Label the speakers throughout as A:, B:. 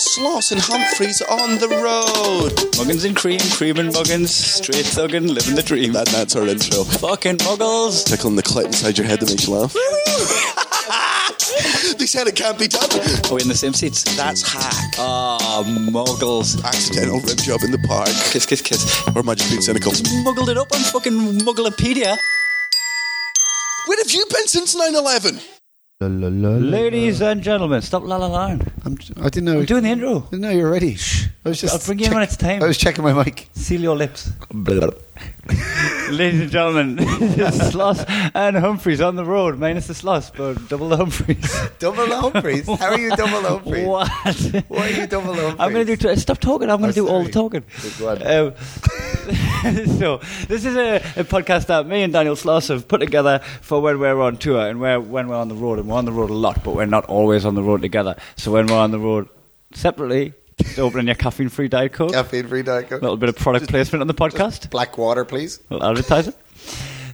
A: Sloss and Humphreys on the road.
B: Muggins and cream, cream and muggins, straight thuggin', living the dream.
A: And that's our intro.
B: Fucking muggles. Oh,
A: Tickling the clit inside your head that makes you laugh. they said it can't be done.
B: Are we in the same seats?
A: That's hack.
B: Ah, muggles.
A: Accidental rib job in the park.
B: Kiss, kiss, kiss.
A: Or am I just being cynical?
B: Muggled it up on fucking Mugglepedia.
A: Where have you been since 9 11?
C: La, la, la, la,
B: Ladies and gentlemen, stop la la la.
C: I'm, I didn't know.
B: I'm doing the intro.
C: No, you're ready. I was just.
B: I'll bring you in when it's time.
C: I was checking my mic.
B: Seal your lips. Ladies and gentlemen, this is Sloss and Humphreys on the road, minus the Sloss, but double the Humphreys.
C: Double Humphreys. How are you, double Humphreys?
B: What?
C: Why are you double Humphreys?
B: I'm going to do. T- stop talking. I'm going to
C: Oh,
B: do all the
C: sorry.
B: talking.
C: Go on.
B: Um, so this is a, a podcast that me and Daniel Sloss have put together for when we're on tour and where when we're on the road, and we're on the road a lot, but we're not always on the road together. So when we're on the road separately, just opening your caffeine-free diet coke, a
C: Caffeine free diet coke.
B: little bit of product placement on the podcast.
C: Black water, please.
B: I'll advertise it.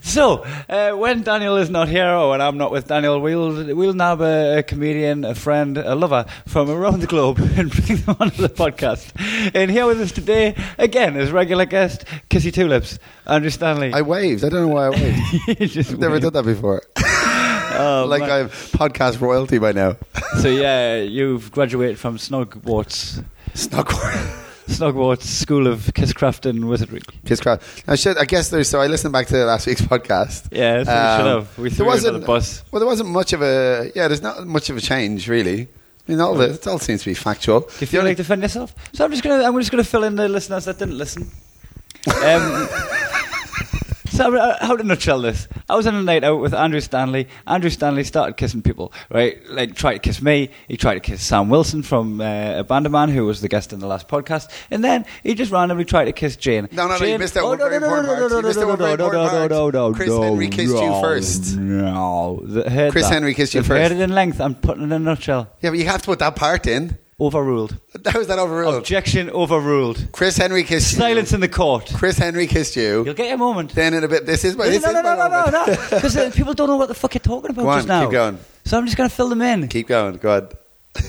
B: So, uh, when Daniel is not here, or when I'm not with Daniel, we'll we'll nab a, a comedian, a friend, a lover from around the globe and bring them onto the podcast. And here with us today, again, as regular guest, Kissy Tulips, Andrew Stanley.
C: I waved. I don't know why I waved.
B: Just
C: I've never
B: weird.
C: done that before.
B: Oh,
C: like
B: man.
C: I have podcast royalty by now.
B: So yeah, you've graduated from Snogwarts,
C: It's not quite.
B: Snogwarts School of Kisscraft and Wizardry.
C: Just crowd. I should. I guess there's. So I listened back to last week's podcast. Um,
B: Yeah, so we should have. We
C: there
B: threw you under
C: wasn't-
B: the bus.
C: Well, there wasn't much of a. Yeah, there's not much of a change really. I mean, all the, it all seems to be factual.
B: Do you feel like defend yourself? So I'm just gonna I'm just gonna fill in the listeners that didn't listen. Um, so I'm- uh, how to nutshell this? I was on a night out with Andrew Stanley. Andrew Stanley started kissing people, right? Like tried to kiss me. He tried to kiss Sam Wilson from uh, Bandaman, who was the guest in the last podcast, and then he just randomly tried to kiss Jane.
C: No, no, no,
B: Jane,
C: you missed out
B: Oh,
C: one
B: no,
C: very
B: no, no,
C: important
B: no, no,
C: part.
B: no,
C: You missed
B: no,
C: out one
B: no,
C: very
B: no,
C: important
B: no,
C: part.
B: no, no,
C: Chris
B: no,
C: Henry kissed you
B: no,
C: first.
B: No, The- heard
C: Chris
B: that.
C: Henry kissed you
B: They've
C: first.
B: Heard it in length. I'm putting it in a nutshell.
C: Yeah, but you have to put that part in.
B: Overruled.
C: How is that overruled?
B: Objection overruled.
C: Chris Henry kissed
B: Oh, Silence
C: you.
B: in the court.
C: Chris Henry kissed
B: You'll
C: you.
B: get your moment.
C: Then in a bit, this is my. This
B: no,
C: is
B: no, no,
C: my
B: no, no,
C: moment.
B: no, because uh, people don't know what the fuck you're talking about
C: Go on,
B: just now.
C: keep going.
B: So I'm just going to fill them in.
C: Keep going. Go on.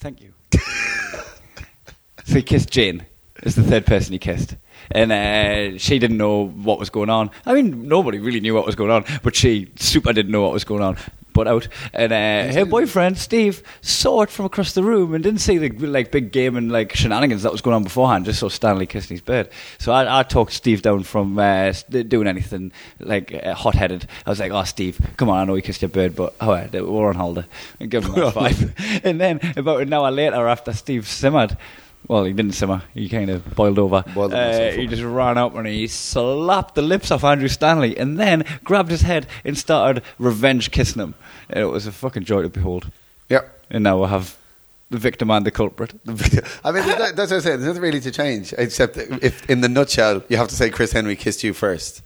B: Thank you. so he kissed Jane. It's the third person he kissed. And uh, she didn't know what was going on. I mean, nobody really knew what was going on, but she super didn't know what was going on. But out, and uh, her boyfriend Steve saw it from across the room and didn't see the like big game and like shenanigans that was going on beforehand. Just saw Stanley kissing his bird. So I, I talked Steve down from uh, s- doing anything like uh, hot-headed. I was like, "Oh, Steve, come on! I know you kissed your bird, but all right, we're on holiday." And give him that five. And then about an hour later, after Steve simmered, well, he didn't simmer. He kind of boiled over.
C: Boiled
B: Uh,
C: himself
B: he
C: up.
B: just ran up and he slapped the lips off Andrew Stanley, and then grabbed his head and started revenge kissing him. And it was a fucking joy to behold.
C: Yep.
B: And now we have the victim and the culprit.
C: I mean, there's no- that's what I'm saying. There's nothing really to change, except if, in the nutshell, you have to say Chris Henry kissed you first,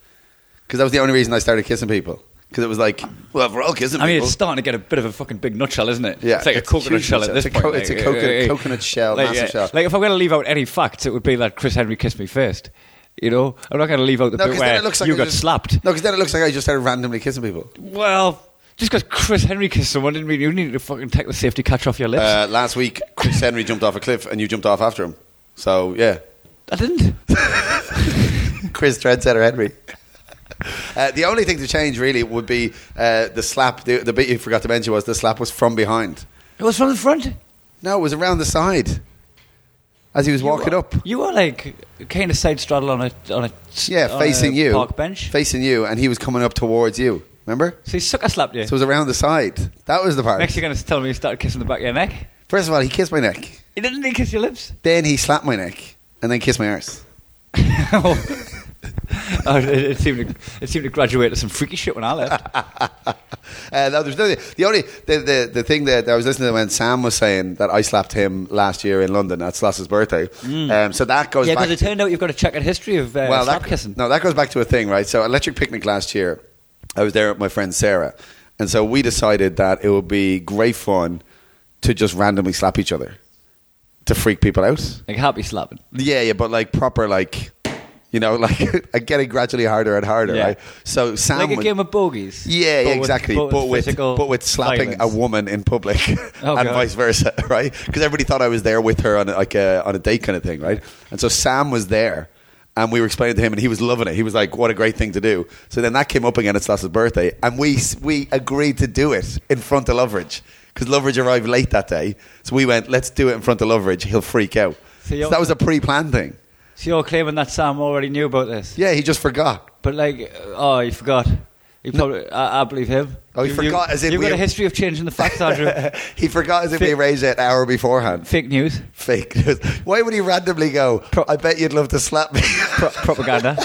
C: because that was the only reason I started kissing people. Because it was like, well, we're all kissing
B: I mean,
C: people.
B: it's starting to get a bit of a fucking big nutshell, isn't it?
C: Yeah,
B: it's like
C: it's
B: a coconut
C: huge
B: shell at
C: nutshell.
B: this
C: It's a
B: point.
C: co- it's a
B: like,
C: coconut-
B: uh, uh,
C: coconut shell,
B: like,
C: massive
B: uh,
C: shell.
B: Like if I'm going to leave out any facts, it would be that Chris Henry kissed me first. You know, I'm not going to leave out the
C: no,
B: bit
C: because then
B: where
C: it looks like
B: you
C: I
B: got
C: just-
B: slapped.
C: No, because then it looks like I just started randomly kissing people.
B: Well, just because Chris Henry kissed someone didn't mean you needed to fucking take the safety catch off your lips.
C: Uh, last week, Chris Henry jumped off a cliff, and you jumped off after him. So yeah,
B: I didn't.
C: Chris Trendsetter Henry. Uh, the only thing to change really would be uh, the slap. The, the bit you forgot to mention was the slap was from behind.
B: It was from the front.
C: No, it was around the side as he was walking up.
B: You were like kind of side straddle on a on a s-
C: Yeah,
B: on
C: facing
B: a
C: you,
B: park bench.
C: facing you, and he was coming up towards you. Remember?
B: so he sucker slapped you.
C: So it was around the side. That was the part.
B: Next, you're going to tell me you started kissing the back of your neck.
C: First of all, he kissed my neck.
B: He didn't he kiss your lips?
C: Then he slapped my neck, and then kissed my arse.
B: oh, it, it seemed to, it seemed to graduate to some freaky shit when I left.
C: Uh, no, there's nothing. The only the, the, the thing that I was listening to when Sam was saying that I slapped him last year in London at Sloss's birthday. Um, so that goes
B: Mm. yeah,
C: back.
B: because it turned out you've got a checkered history of uh, slap
C: that,
B: kissing.
C: No, that goes back to a thing, right? So, Electric Picnic last year, I was there with my friend Sarah. And so we decided that it would be great fun to just randomly slap each other to freak people out.
B: Like happy slapping.
C: Yeah, yeah, but like proper, like, You know, like I get it gradually harder and harder,
B: Yeah.
C: right? So Sam
B: like a
C: would-
B: game of bogies.
C: yeah,
B: but
C: yeah,
B: with-
C: exactly.
B: but with physical
C: but with slapping
B: violence.
C: a woman in public
B: Oh,
C: and
B: God.
C: vice versa, right? Because everybody thought I was there with her on a, like a, on a date kind of thing, right? And so Sam was there, and we were explaining to him, and he was loving it. He was like, "What a great thing to do!" So then that came up again at Sloss's birthday, and we s- we agreed to do it in front of Loveridge because Loveridge arrived late that day. So we went, "Let's do it in front of Loveridge. He'll freak out."
B: So
C: So,
B: you're-
C: that was a pre-planned thing.
B: So you're claiming that Sam already knew about this,
C: Yeah, he just forgot.
B: but like, oh, he forgot. He probably, I, I believe him.
C: Oh, he
B: You-
C: forgot
B: You,
C: as in
B: you've
C: we-
B: got a history of changing the facts, Andrew.
C: he forgot as if he
B: Fi-
C: arranged it an hour beforehand.
B: Fake news,
C: fake news. Why would he randomly go?
B: Pro-
C: I bet you'd love to slap me.
B: Pro- propaganda.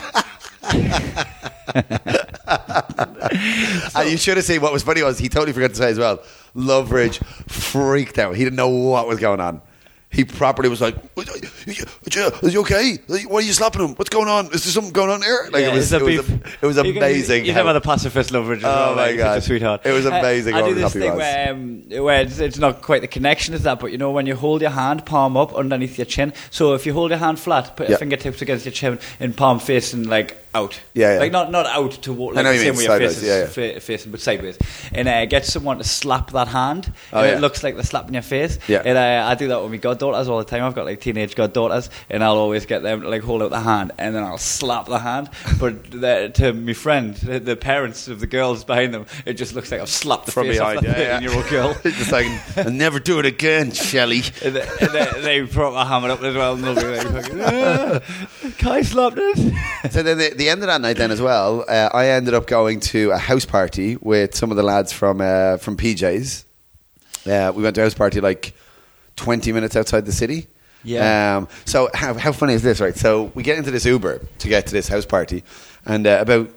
C: and you should have seen what was funny was he totally forgot to say as well. Loveridge freaked out. He didn't know what was going on. He properly was like, "Are you okay? Why are you slapping him? What's going on? Is there something going on here?" Like
B: Yeah,
C: it
B: it's
C: was, it
B: a
C: was,
B: beef.
C: it was
B: You can-
C: amazing.
B: You,
C: how-
B: never had a pacifist lover. just
C: Oh,
B: all
C: my
B: like, such
C: God.
B: a sweetheart.
C: It was
B: I-
C: amazing
B: I,
C: how
B: do this
C: happy he
B: thing
C: was.
B: where, um, where it's, it's not quite the connection is that, but you know when you hold your hand palm up underneath your chin. So if you hold your hand flat, put
C: Yeah.
B: your fingertips against your chin and palm facing like out.
C: Yeah, yeah.
B: Like not not out to wa-
C: I
B: like
C: know
B: the
C: what you
B: same
C: mean,
B: way your face
C: sideways,
B: is
C: yeah,
B: fa- facing, but sideways. And uh, get someone to slap that hand,
C: Oh,
B: and
C: yeah.
B: it looks like they're slapping your face.
C: Yeah.
B: And uh, I do that with my goddaughters all the time. I've got like teenage goddaughters, and I'll always get them to like hold out the hand, and then I'll slap the hand. But the, to my friend, the, the parents of the girls behind them, it just looks like I've slapped the
C: from
B: face
C: behind,
B: off that
C: yeah, yeah.
B: thirteen-year-old girl.
C: Just like, "I'll never do it again, Shelley.
B: And they, and they, they proper hammered up as well, and they'll be like, fucking, "Ah, "Kai slapped it."
C: so then the, the end of that night then as well, uh, I ended up going to a house party with some of the lads from uh, from PJs. Uh, we went to a house party like twenty minutes outside the city.
B: Yeah.
C: Um, so how how funny is this, right? So we get into this Uber to get to this house party, and uh, about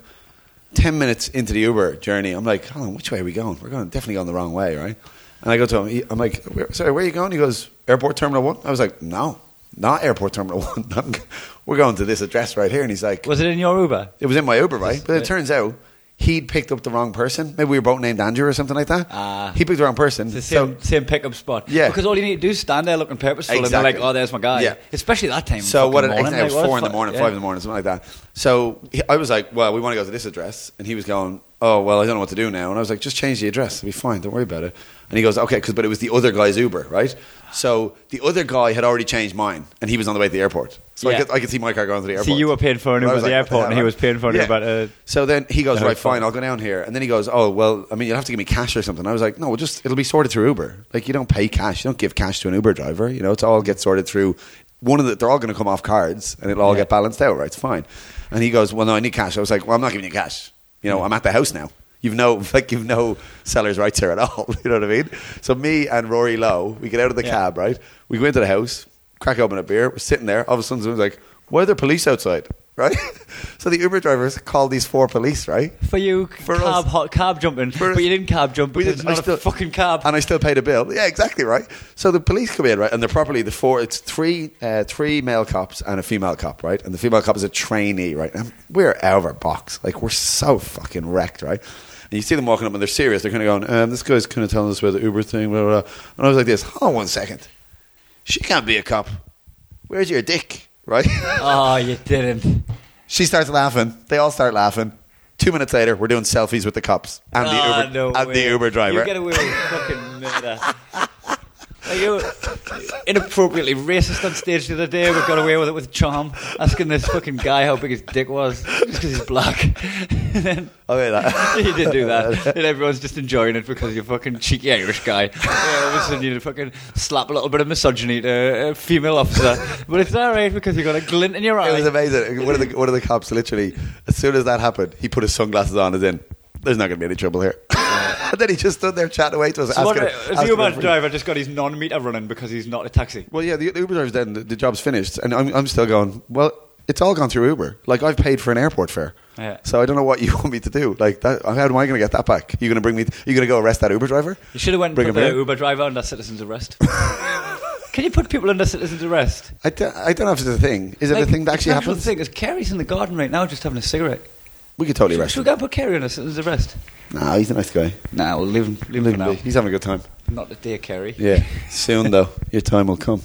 C: ten minutes into the Uber journey, I'm like, "Hold on, which way are we going? We're going definitely going the wrong way, right?" And I go to him. he- I'm like, "Where- "Sorry, where are you going?" He goes, "Airport Terminal 1. I was like, "No, not Airport Terminal One. I'm g- We're going to this address right here." And he's like,
B: Was it in your Uber?
C: it was in my Uber, right? But it turns out he'd picked up the wrong person. Maybe we were both named Andrew or something like that.
B: Ah.
C: he picked the wrong person.
B: It's the
C: so,
B: same, same pickup spot.
C: Yeah.
B: Because all you need to do is stand there looking purposeful and
C: Exactly.
B: they're like, oh, there's my guy.
C: Yeah.
B: Especially that time. of
C: so
B: fucking
C: what? It,
B: morning,
C: it was
B: like, what
C: four in
B: fu-
C: the morning,
B: yeah.
C: five in the morning, something like that. So he, I was like, "Well, we want to go to this address," and he was going, "Oh, well, I don't know what to do now." And I was like, "Just change the address. It'll be fine. Don't worry about it." And he goes, "Okay," because but it was the other guy's Uber, right? So the other guy had already changed mine, and he was on the way to the airport. So I,
B: Yeah.
C: could, I could see my car going to the airport.
B: you were paying for an
C: And I
B: Uber at
C: was
B: the
C: like, what
B: airport, and
C: hell,
B: he
C: right?
B: was paying for an
C: Yeah.
B: Uber at, uh,
C: So then he goes,
B: the
C: right,
B: hotel.
C: fine, I'll go down here. And then he goes, oh, well, I mean, you'll have to give me cash or something. I was like, no, we'll just, it'll be sorted through Uber. Like, you don't pay cash. You don't give cash to an Uber driver. You know, it's all gets sorted through. One of the, they're all going to come off cards and it'll all
B: Yeah.
C: get balanced out, right? It's fine. And he goes, well, no, I need cash. I was like, well, I'm not giving you cash. You know, I'm at the house now. You've no, like, you've no seller's rights here at all. you know what I mean? So me and Rory Lowe, we get out of the
B: Yeah.
C: cab, right? We go into the house, crack open a beer, we're sitting there. All of a sudden, someone's like, why are there police outside? Right? so the Uber drivers called these four police, right?
B: For you,
C: For
B: cab,
C: us.
B: hot, cab jumping.
C: For us.
B: but you didn't cab jump
C: We
B: because
C: did-
B: it's
C: I
B: not
C: still-
B: a fucking cab.
C: and I still paid a bill. Yeah, exactly right. So the police come in, right, and they're properly the four. It's three, uh, three male cops and a female cop, right? And the female cop is a trainee, right? And we're out of our box, like we're so fucking wrecked, right? And you see them walking up, and they're serious. They're kind of going, um, "This guy's kind of telling us about the Uber thing." Blah, blah, blah. And I was like, "This, hold on one second. She can't be a cop. Where's your dick?" Right?
B: oh, you didn't.
C: She starts laughing. They all start laughing. Two minutes later, we're doing selfies with the cops and the
B: Ah,
C: Uber
B: no
C: and the
B: way.
C: Uber driver.
B: You get away with fucking murder. Like, you were inappropriately racist on stage the other day, but got away with it with charm, asking this fucking guy how big his dick was just because he's black. and then
C: Oh, yeah, that-
B: you did do that, and everyone's just enjoying it because you're a fucking cheeky Irish guy. Yeah, all of a sudden you fucking slap a little bit of misogyny to a female officer, but it's all right because you got a glint in your eye.
C: It was amazing. One of the one of the cops literally, as soon as that happened, he put his sunglasses on and then there's not going to be any trouble here. and then he just stood there chatting away to us.
B: So what,
C: asking,
B: if the
C: asking
B: Uber
C: for-
B: driver just got his non-meter running because he's not a taxi.
C: Well, yeah, the, the Uber driver's then the, the job's finished, and I'm I'm still going. Well, it's all gone through Uber. Like I've paid for an airport fare.
B: Yeah.
C: So I don't know what you want me to do. Like that, how am I going to get that back? You going to bring me? You going to go arrest that Uber driver?
B: You should have went
C: Bring
B: and
C: him
B: put the
C: in.
B: Uber driver under citizen's arrest. Can you put people under citizen's arrest?
C: I don't, I don't know if it's a thing. Is it a thing that actually happens?
B: The thing is, Kerry's in the garden right now, just having a cigarette.
C: We could totally arrest
B: Should we
C: him.
B: go and put Kerry under citizen's arrest?
C: Nah, he's a nice guy.
B: Nah, we'll leave him. Leave him
C: Leave
B: for
C: him be.
B: now.
C: He's having a good time.
B: Not the day, Kerry.
C: Yeah. Soon though, your time will come.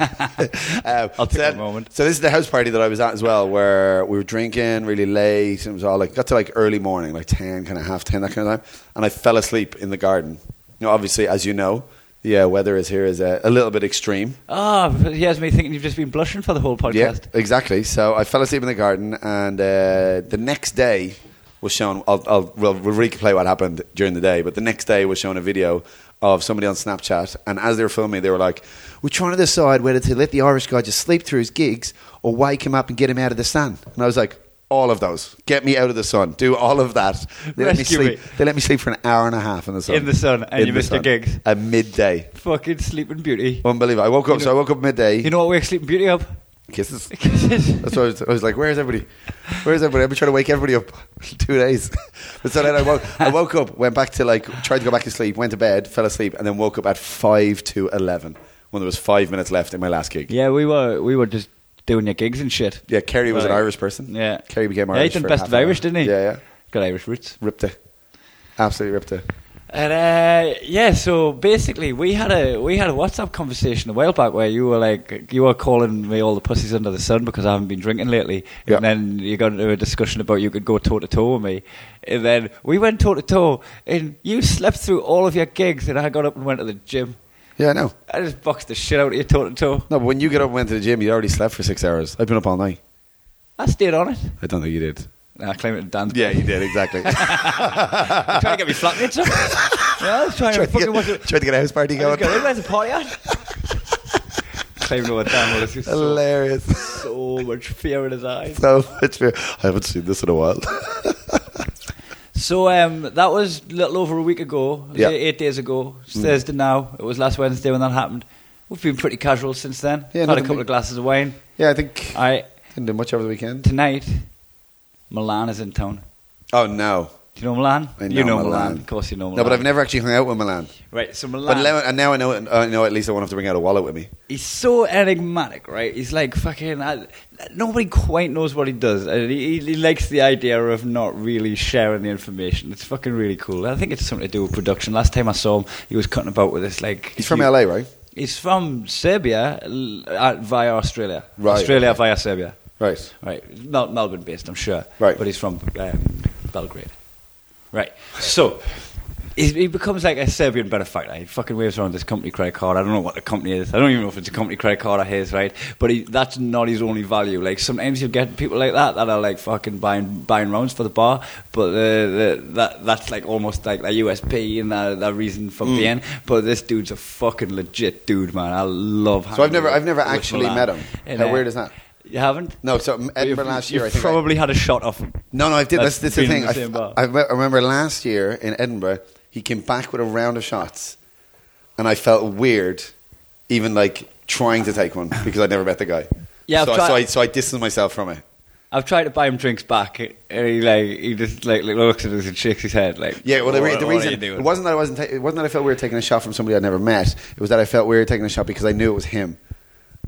C: Um,
B: I'll take
C: so
B: that
C: then-
B: moment.
C: So this is the house party that I was at as well, where we were drinking really late, and it was all like got to like early morning, like ten, kind of half ten, that kind of time, and I fell asleep in the garden. You know, obviously, as you know, the uh, weather is here is a, a little bit extreme.
B: Ah, oh, he has me thinking you've just been blushing for the whole podcast.
C: Yeah, exactly. So I fell asleep in the garden, and uh, the next day was shown. I'll, I'll we'll, we'll replay what happened during the day, but the next day was shown a video of somebody on Snapchat, and as they were filming, they were like, "We're trying to decide whether to let the Irish guy just sleep through his gigs or wake him up and get him out of the sun." And I was like. All of those. Get me out of the sun. Do all of that. They let, me
B: Rescue
C: sleep.
B: me.
C: They let me sleep for an hour and a half in the sun.
B: In the sun, and you missed your gigs.
C: At midday.
B: Fucking Sleeping Beauty.
C: Unbelievable. I woke up.
B: You
C: so
B: know-
C: I woke up midday.
B: You know what wakes Sleeping Beauty up?
C: kisses.
B: Kisses.
C: That's what I was, I was like, where's everybody? Where's everybody? I've been trying to wake everybody up two days. But so then I woke, I woke up, went back to like, tried to go back to sleep, went to bed, fell asleep, and then woke up at 5 to 11 when there was five minutes left in my last gig.
B: Yeah, we were we were just doing your gigs and shit.
C: Yeah, Kerry was an
B: Right.
C: Irish person.
B: Yeah,
C: Kerry became
B: Yeah,
C: Irish
B: he done
C: for
B: best
C: half
B: of
C: an
B: Irish,
C: hour.
B: didn't he?
C: Yeah, yeah.
B: Got Irish roots.
C: Ripped it. Absolutely ripped it.
B: And uh, yeah, so basically, we had a we had a WhatsApp conversation a while back where you were like, you were calling me all the pussies under the sun because I haven't been drinking lately,
C: Yeah.
B: and then you got into a discussion about you could go toe to toe with me, and then we went toe to toe, and you slept through all of your gigs, and I got up and went to the gym.
C: Yeah, I know.
B: I just boxed the shit out of you toe to toe.
C: No, but when you get up and went to the gym, you already slept for six hours. I've been up all night.
B: I stayed on it.
C: I don't think you did.
B: And I claim it to Dan's.
C: Yeah, you did, exactly.
B: You're trying to get me flatmates up. yeah, I was trying
C: tried,
B: to
C: to
B: fucking watch
C: get,
B: it.
C: tried to get a house party
B: I was
C: going.
B: going, where's the party at? Claiming to what Dan was. He's so,
C: Hilarious.
B: so much fear in his eyes.
C: so much beer. I haven't seen this in a while.
B: So um, that was a little over a week ago. It was
C: Yeah.
B: eight- Eight days ago. It's Thursday now. It was last Wednesday when that happened. We've been pretty casual since then.
C: Yeah,
B: Had a
C: nothing
B: couple
C: big.
B: of glasses of wine.
C: yeah, I think I
B: I
C: didn't do much over the weekend.
B: tonight. Milan is in town.
C: Oh no,
B: Do you know Milan?
C: I
B: you know Milan. of course you know Milan.
C: No, but I've never actually hung out with Milan.
B: Right, so Milan.
C: But now, and now I know. uh, I know at least I won't have to bring out a wallet with me.
B: he's so enigmatic, right? He's like fucking. I, nobody quite knows what he does. And he, he likes the idea of not really sharing the information. It's fucking really cool. I think it's something to do with production. Last time I saw him, he was cutting about with this like.
C: He's from
B: he-
C: LA, right?
B: He's from Serbia l- uh, via Australia.
C: Right,
B: Australia
C: okay.
B: via Serbia.
C: Right.
B: Right. Mel- Melbourne based, I'm sure.
C: Right.
B: But he's from um, Belgrade. Right. So. he's- He becomes like a Serbian benefactor. He fucking waves around this company credit card. I don't know what the company is. I don't even know if it's a company credit card or his, right? But he, that's not his only value. Like sometimes you get people like that that are like fucking buying buying rounds for the bar, but the, the, that that's like almost like their USP and their, their reason
C: Mm.
B: for being. But this dude's a fucking legit dude, man. I love.
C: So I've
B: hanging
C: never,
B: with-
C: I've never
B: with
C: actually
B: Milan.
C: met him.
B: And,
C: How
B: uh,
C: weird is that?
B: You haven't?
C: No, so Edinburgh
B: But you've-
C: last year,
B: you've
C: I think.
B: probably had a shot off him.
C: No, no, I did. That's, that's the
B: been in
C: thing. I,
B: same bar.
C: I re- I remember last year in Edinburgh, he came back with a round of shots, and I felt weird, even like trying to take one because I'd never met the guy.
B: Yeah, I've
C: so, I-
B: tried-
C: so I, so I distanced myself from it.
B: I've tried to buy him drinks back, and he like he just like looks at us and shakes his head like.
C: Yeah, well, the, re-
B: "What-
C: the
B: what are you
C: reason
B: doing?"
C: it wasn't that I wasn't ta- it wasn't that I felt weird taking a shot from somebody I'd never met. It was that I felt weird taking a shot because I knew it was him,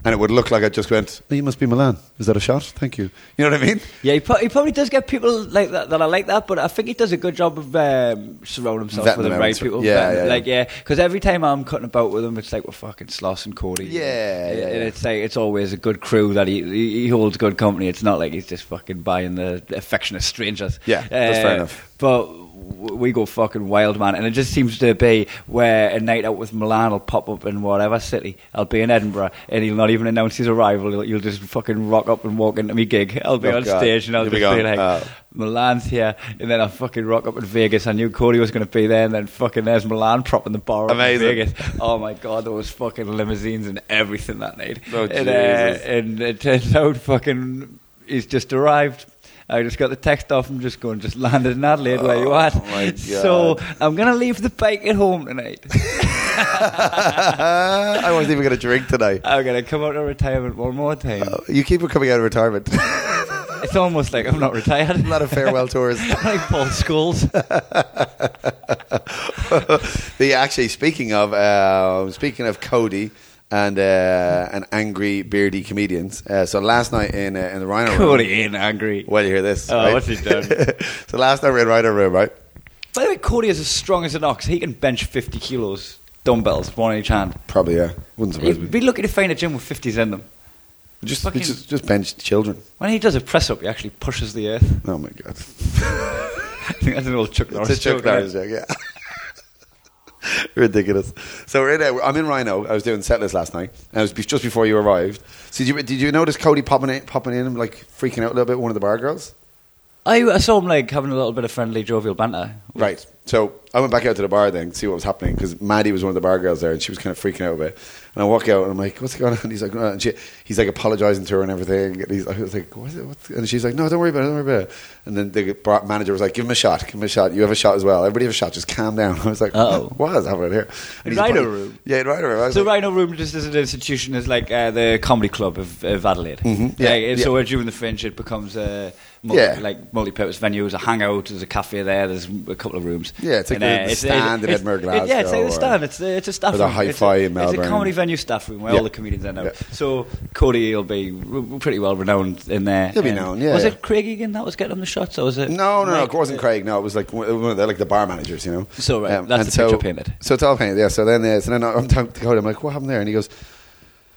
C: and it would look like I just went, "Oh, "You must be Milan. Is that a shot? Thank you." You know what I mean?
B: Yeah, he, pro- he probably does get people like that that are like that, but I think he does a good job of um, surrounding himself
C: Vetting
B: with the
C: them out,
B: right
C: so-
B: people.
C: yeah,
B: vetting-
C: yeah, yeah.
B: like yeah, because every time I'm cutting about with him, it's like we're fucking Sloss and Cody.
C: Yeah,
B: and,
C: yeah,
B: and
C: yeah.
B: it's like it's always a good crew that he he he holds good company. It's not like he's just fucking buying the affectionate strangers. Uh,
C: Yeah, that's fair enough.
B: But w- we go fucking wild, man, and it just seems to be where a night out with Milan will pop up in whatever city. I'll be in Edinburgh, and he'll not even announce his arrival. He'll, he'll just fucking rock up and walk into me gig. I'll be
C: Oh,
B: on
C: God.
B: stage and I'll
C: Here
B: just
C: we
B: be
C: go.
B: like,
C: Oh.
B: Milan's here. And then I fucking rock up in Vegas. I knew Cody was going to be there. And then fucking there's Milan propping the bar up in
C: Amazing.
B: Vegas. Oh my God, there was fucking limousines and everything that night.
C: Oh,
B: and, uh,
C: Jesus.
B: and it turns out fucking he's just arrived. I just got the text off him just going, just landed in Adelaide where you
C: Oh,
B: at.
C: my God.
B: So I'm going to leave the bike at home tonight.
C: I wasn't even going to drink tonight.
B: I'm going to come out of retirement one more time.
C: Oh, You keep coming out of retirement.
B: It's almost like I'm not retired.
C: a lot of farewell tours.
B: like Paul Scholes.
C: the actually speaking of uh, speaking of Cody and uh, and angry beardy comedians. Uh, so last night in uh, in the Rhino
B: Cody
C: Room.
B: ain't angry.
C: Well, you hear this.
B: Oh,
C: right?
B: what's he done?
C: so last night we in Rhino Room, right?
B: By the way, Cody is as strong as an ox. He can bench 50 kilos. dumbbells, one in each hand.
C: Probably, yeah. Wouldn't surprise
B: You'd
C: me.
B: be lucky to find a gym with 50s in them.
C: Just,
B: fucking-
C: just, just bench children.
B: When he does a press up, he actually pushes the earth.
C: Oh my god.
B: I think that's an old Chuck Norris
C: It's a Chuck
B: joke, isn't it?
C: Norris joke, yeah. Ridiculous. So we're in, uh, I'm in Rhino. I was doing set list last night, and it was be- just before you arrived. So did you, did you notice Cody popping in, popping in, and like freaking out a little bit? One of the bar girls,
B: I, I saw him like having a little bit of friendly, jovial banter.
C: right? So I went back out to the bar then to see what was happening because Maddie was one of the bar girls there, and she was kind of freaking out a bit. And I walk out, and I'm like, "What's going on?" He's like, "Uh," and she, "He's like apologizing to her and everything." And he's, I was like, "What's it?" What's, and she's like, "No, don't worry about it. Don't worry about it." And then the bar manager was like, "Give him a shot. Give him a shot. You have a shot as well. Everybody have a shot. Just calm down." I was like,
B: Uh-oh.
C: "What is happening here?"
B: In
C: he's
B: Rhino
C: apolog-
B: Room?
C: Yeah, in Rhino Room. I was
B: So
C: like,
B: Rhino Room, just as an institution, is like uh, the comedy club of, of Adelaide.
C: Mhm, yeah,
B: Like,
C: yeah.
B: So where during the fringe, it becomes a multi,
C: Yeah.
B: like multi-purpose venue. There's a hangout. There's a cafe there. There's a couple of rooms. uh,
C: Yeah, it's like the- the stand in
B: it's-
C: Edinburgh,
B: it- Yeah, it's like
C: Glasgow,
B: the
C: or-
B: stand. It's, the, it's a staff
C: or the
B: room.
C: Hi-Fi in
B: it's a, It's
C: Melbourne.
B: a comedy venue staff room where
C: Yeah.
B: all the comedians are now.
C: Yeah.
B: So Cody will be r- pretty well renowned in there.
C: He'll be
B: And
C: known, yeah,
B: Was
C: yeah.
B: it Craig Egan that was getting the shots, or was it?
C: No, no, no,
B: Mike? Uh,
C: it wasn't Craig. No, it was like one of the, like the bar managers, you know. Um,
B: So, right, that's
C: and
B: the
C: so,
B: picture painted.
C: So it's all painted, yeah. So then, uh, so then I'm talking to Cody. I'm like, "What happened there?" And he goes,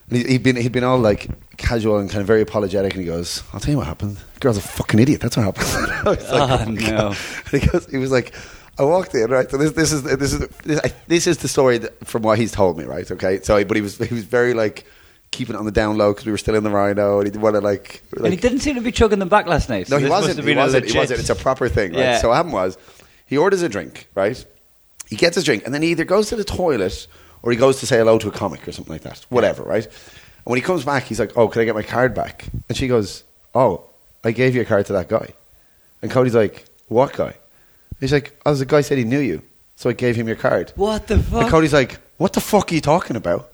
C: and he, he'd been he'd been all like casual and kind of very apologetic, and he goes, "I'll tell you what happened. The girl's a fucking idiot. That's what happened." I was
B: Ah,
C: my
B: no.
C: God. And he goes, he was like. I walked in, right? So this, this is this is this, I, this is the story that, from what he's told me, right? Okay, so but he was he was very like keeping it on the down low because we were still in the rhino, and he didn't want to like.
B: And he
C: like-
B: didn't seem to be chugging them back last night. So
C: no, he
B: this must
C: wasn't.
B: have
C: He
B: been a
C: wasn't. He
B: legit-
C: wasn't. It's a proper thing, right?
B: Yeah.
C: So what happened was, he orders a drink, right? He gets his drink, and then he either goes to the toilet or he goes to say hello to a comic or something like that. Whatever, right? And when he comes back, he's like, "Oh, can I get my card back?" And she goes, "Oh, I gave your card to that guy." And Cody's like, "What guy?" He's like, "Oh, the guy said he knew you, so I gave him your card."
B: What the fuck?
C: And Cody's like, "What the fuck are you talking about?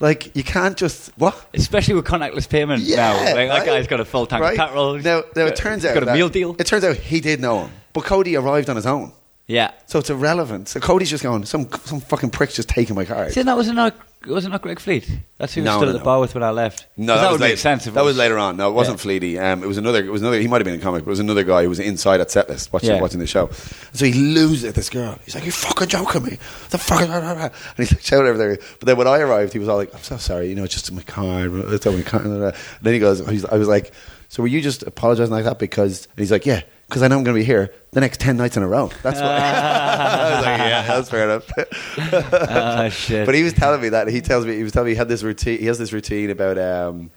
C: Like, you can't just what?"
B: Especially with contactless payment now. Like, That guy's got a full tank
C: right?
B: of petrol.
C: Now, now it
B: He's
C: turns out
B: got a
C: that-
B: meal deal.
C: It turns out he did know him, but Cody arrived on his own,
B: yeah.
C: so it's irrelevant. So Cody's just going, some some fucking prick's just taking my card.
B: See, that was not was it not Greg Fleet? That's who was
C: No,
B: still
C: no,
B: at the
C: no.
B: bar with when I left. 'Cause would make sense. If
C: That
B: it
C: was, later on. No, it wasn't
B: Yeah.
C: Fleety. Um, it was another. It was another. He might have been a comic, but it was another guy who was inside at setlist watching
B: Yeah.
C: watching the show. And so he loses at this girl. He's like, "You fucking joking me? The fucking," and he's like shouting over there. But then when I arrived, he was all like, "I'm so sorry. You know, it's just in my car. It's in my car." And then he goes, he's- "I was like, so were you just apologizing like that because?" And he's like, "Yeah." Because I know I'm going to be here the next ten nights in a row. That's why. I was like, yeah, that's fair enough.
B: Ah, shit.
C: But he was telling me that he tells me he was telling me he had this routine. He has this routine about um,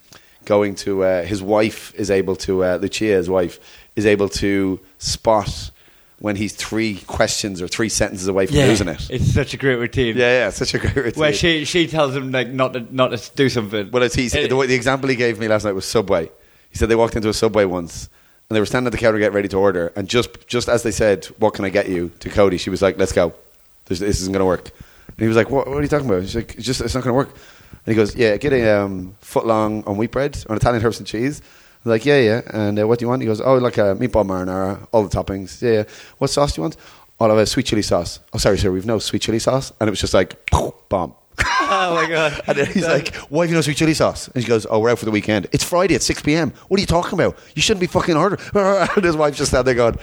C: going to uh, his wife is able to uh, Lucia's wife is able to spot when he's three questions or three sentences away from
B: yeah.
C: losing it.
B: It's such a great routine.
C: Yeah, yeah, such a great routine.
B: Where she, she tells him like not to, not to do something.
C: Well, it's, he,
B: Eh,
C: the, way- the example he gave me last night was Subway. He said they walked into a Subway once and they were standing at the counter getting ready to order. And just, just as they said, What can I get you to Cody? She was like, Let's go. This, this isn't going to work. And he was like, What, what are you talking about? She's like, It's just, it's not going to work. And he goes, Yeah, get a um, foot long on wheat bread, on Italian herbs and cheese. I'm like, Yeah, yeah. And uh, what do you want? He goes, Oh, like a meatball marinara, all the toppings. Yeah, yeah. What sauce do you want? I'll have a sweet chili sauce. Oh, sorry, sir, we've no sweet chili sauce. And it was just like, bomb.
B: oh my god.
C: And then he's like, "Why have you no sweet chili sauce?" And she goes, "Oh, we're out for the weekend. It's Friday at six p.m. What are you talking about? You shouldn't be fucking ordering." And his wife's just standing there going,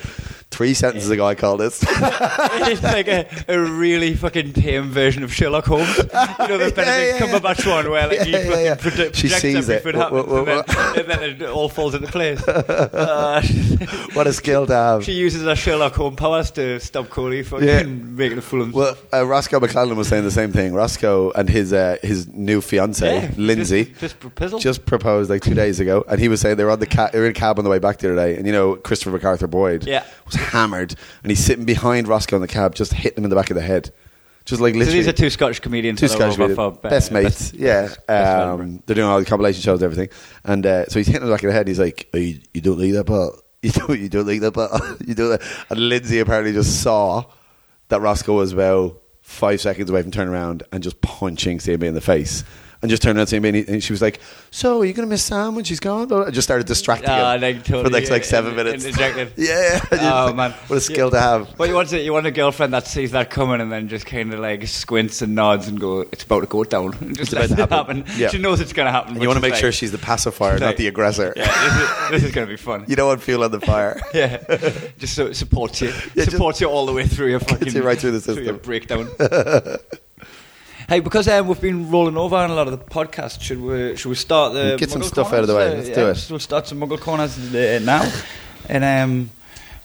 C: three sentences ago I called this."
B: it's like a, a really fucking tame version of Sherlock Holmes. You know the Benedict
C: Yeah, yeah,
B: Cumberbatch one where like he
C: Yeah, yeah,
B: fucking
C: yeah.
B: predict-
C: She
B: projects
C: sees it.
B: everything
C: Wha- wha-
B: happens
C: wha-
B: and, then, and then it all falls into place. Uh,
C: what a skill to have.
B: She uses her Sherlock Holmes powers to stop Cody fucking
C: Yeah.
B: making a fool of himself.
C: Well, uh, Roscoe McClellan was saying the same thing. Roscoe and his uh, his new fiance
B: Yeah,
C: Lindsay
B: just- just proposal.
C: just proposed like two days ago, and he was saying they were on the ca- they were in a cab on the way back the other day, and you know Christopher MacArthur Boyd
B: Yeah.
C: was hammered, and he's sitting behind Roscoe in the cab, just hitting him in the back of the head, just like
B: so
C: literally.
B: these are two Scottish comedians.
C: Two
B: that are
C: Scottish
B: over
C: mates,
B: for, uh,
C: best mates, yeah.
B: best
C: um, they're doing all the compilation shows, and everything, and uh, so he's hitting the back of the head. He's like, oh, you, "You don't like that ball. You don't. You don't like that ball. you don't." And Lindsay apparently just saw that Roscoe was about five seconds away from turning around and just punching CMB in the face, and just turned around to CMB, and, he, and she was like, "So are you going to miss Sam when she's gone?" And just started distracting
B: Ah,
C: him
B: like, totally,
C: for the next like
B: yeah,
C: seven
B: in-
C: minutes.
B: interjected.
C: yeah.
B: Oh man,
C: What a skill to have.
B: Well, you want to, you want a girlfriend that sees that coming and then just kind of like squints and nods and go, "It's about to go down." And just
C: about
B: lets
C: to
B: it
C: happen.
B: happen.
C: Yeah.
B: She knows it's going to happen.
C: You want to make sure
B: She,
C: she's the pacifier, not
B: like-
C: the aggressor.
B: yeah, this is, this is going to be fun.
C: You don't want fuel on the fire.
B: yeah, just so it supports you,
C: Yeah, just-
B: supports you all the way through your fucking
C: you right through the
B: your
C: system.
B: breakdown. Hey, because um, we've been rolling over on a lot of the podcasts, should we should we start the
C: Get some
B: Muggle
C: stuff out of the
B: corners?
C: way. Let's
B: Uh,
C: do
B: yeah,
C: it.
B: so We'll start some Muggle corners uh, now, and um,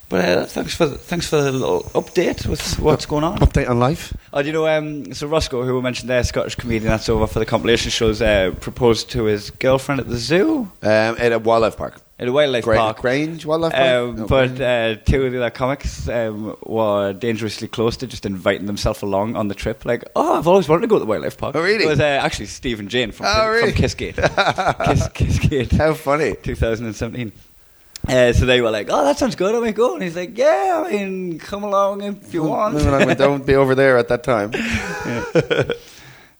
B: but uh, thanks for thanks for the little update with what's going on.
C: Update on life.
B: Oh, do you know, um, so Roscoe, who we mentioned there, Scottish comedian that's over for the compilation shows, uh, proposed to his girlfriend at the zoo
C: Um, at a wildlife park.
B: at a wildlife
C: Gra-
B: park.
C: Grange Wildlife Park.
B: Um,
C: No.
B: But uh, two of the other comics um, were dangerously close to just inviting themselves along on the trip. Like, oh, I've always wanted to go to the wildlife park.
C: Oh, really?
B: It was uh, actually Steve and Jane from,
C: Oh, really?
B: from Kissgate. Kiss, Kissgate.
C: How funny.
B: 2017. Uh, so they were like, oh, that sounds good. I'm going to go. And he's like, yeah, I mean, come along if you want.
C: Moving on, but Don't be over there at that time.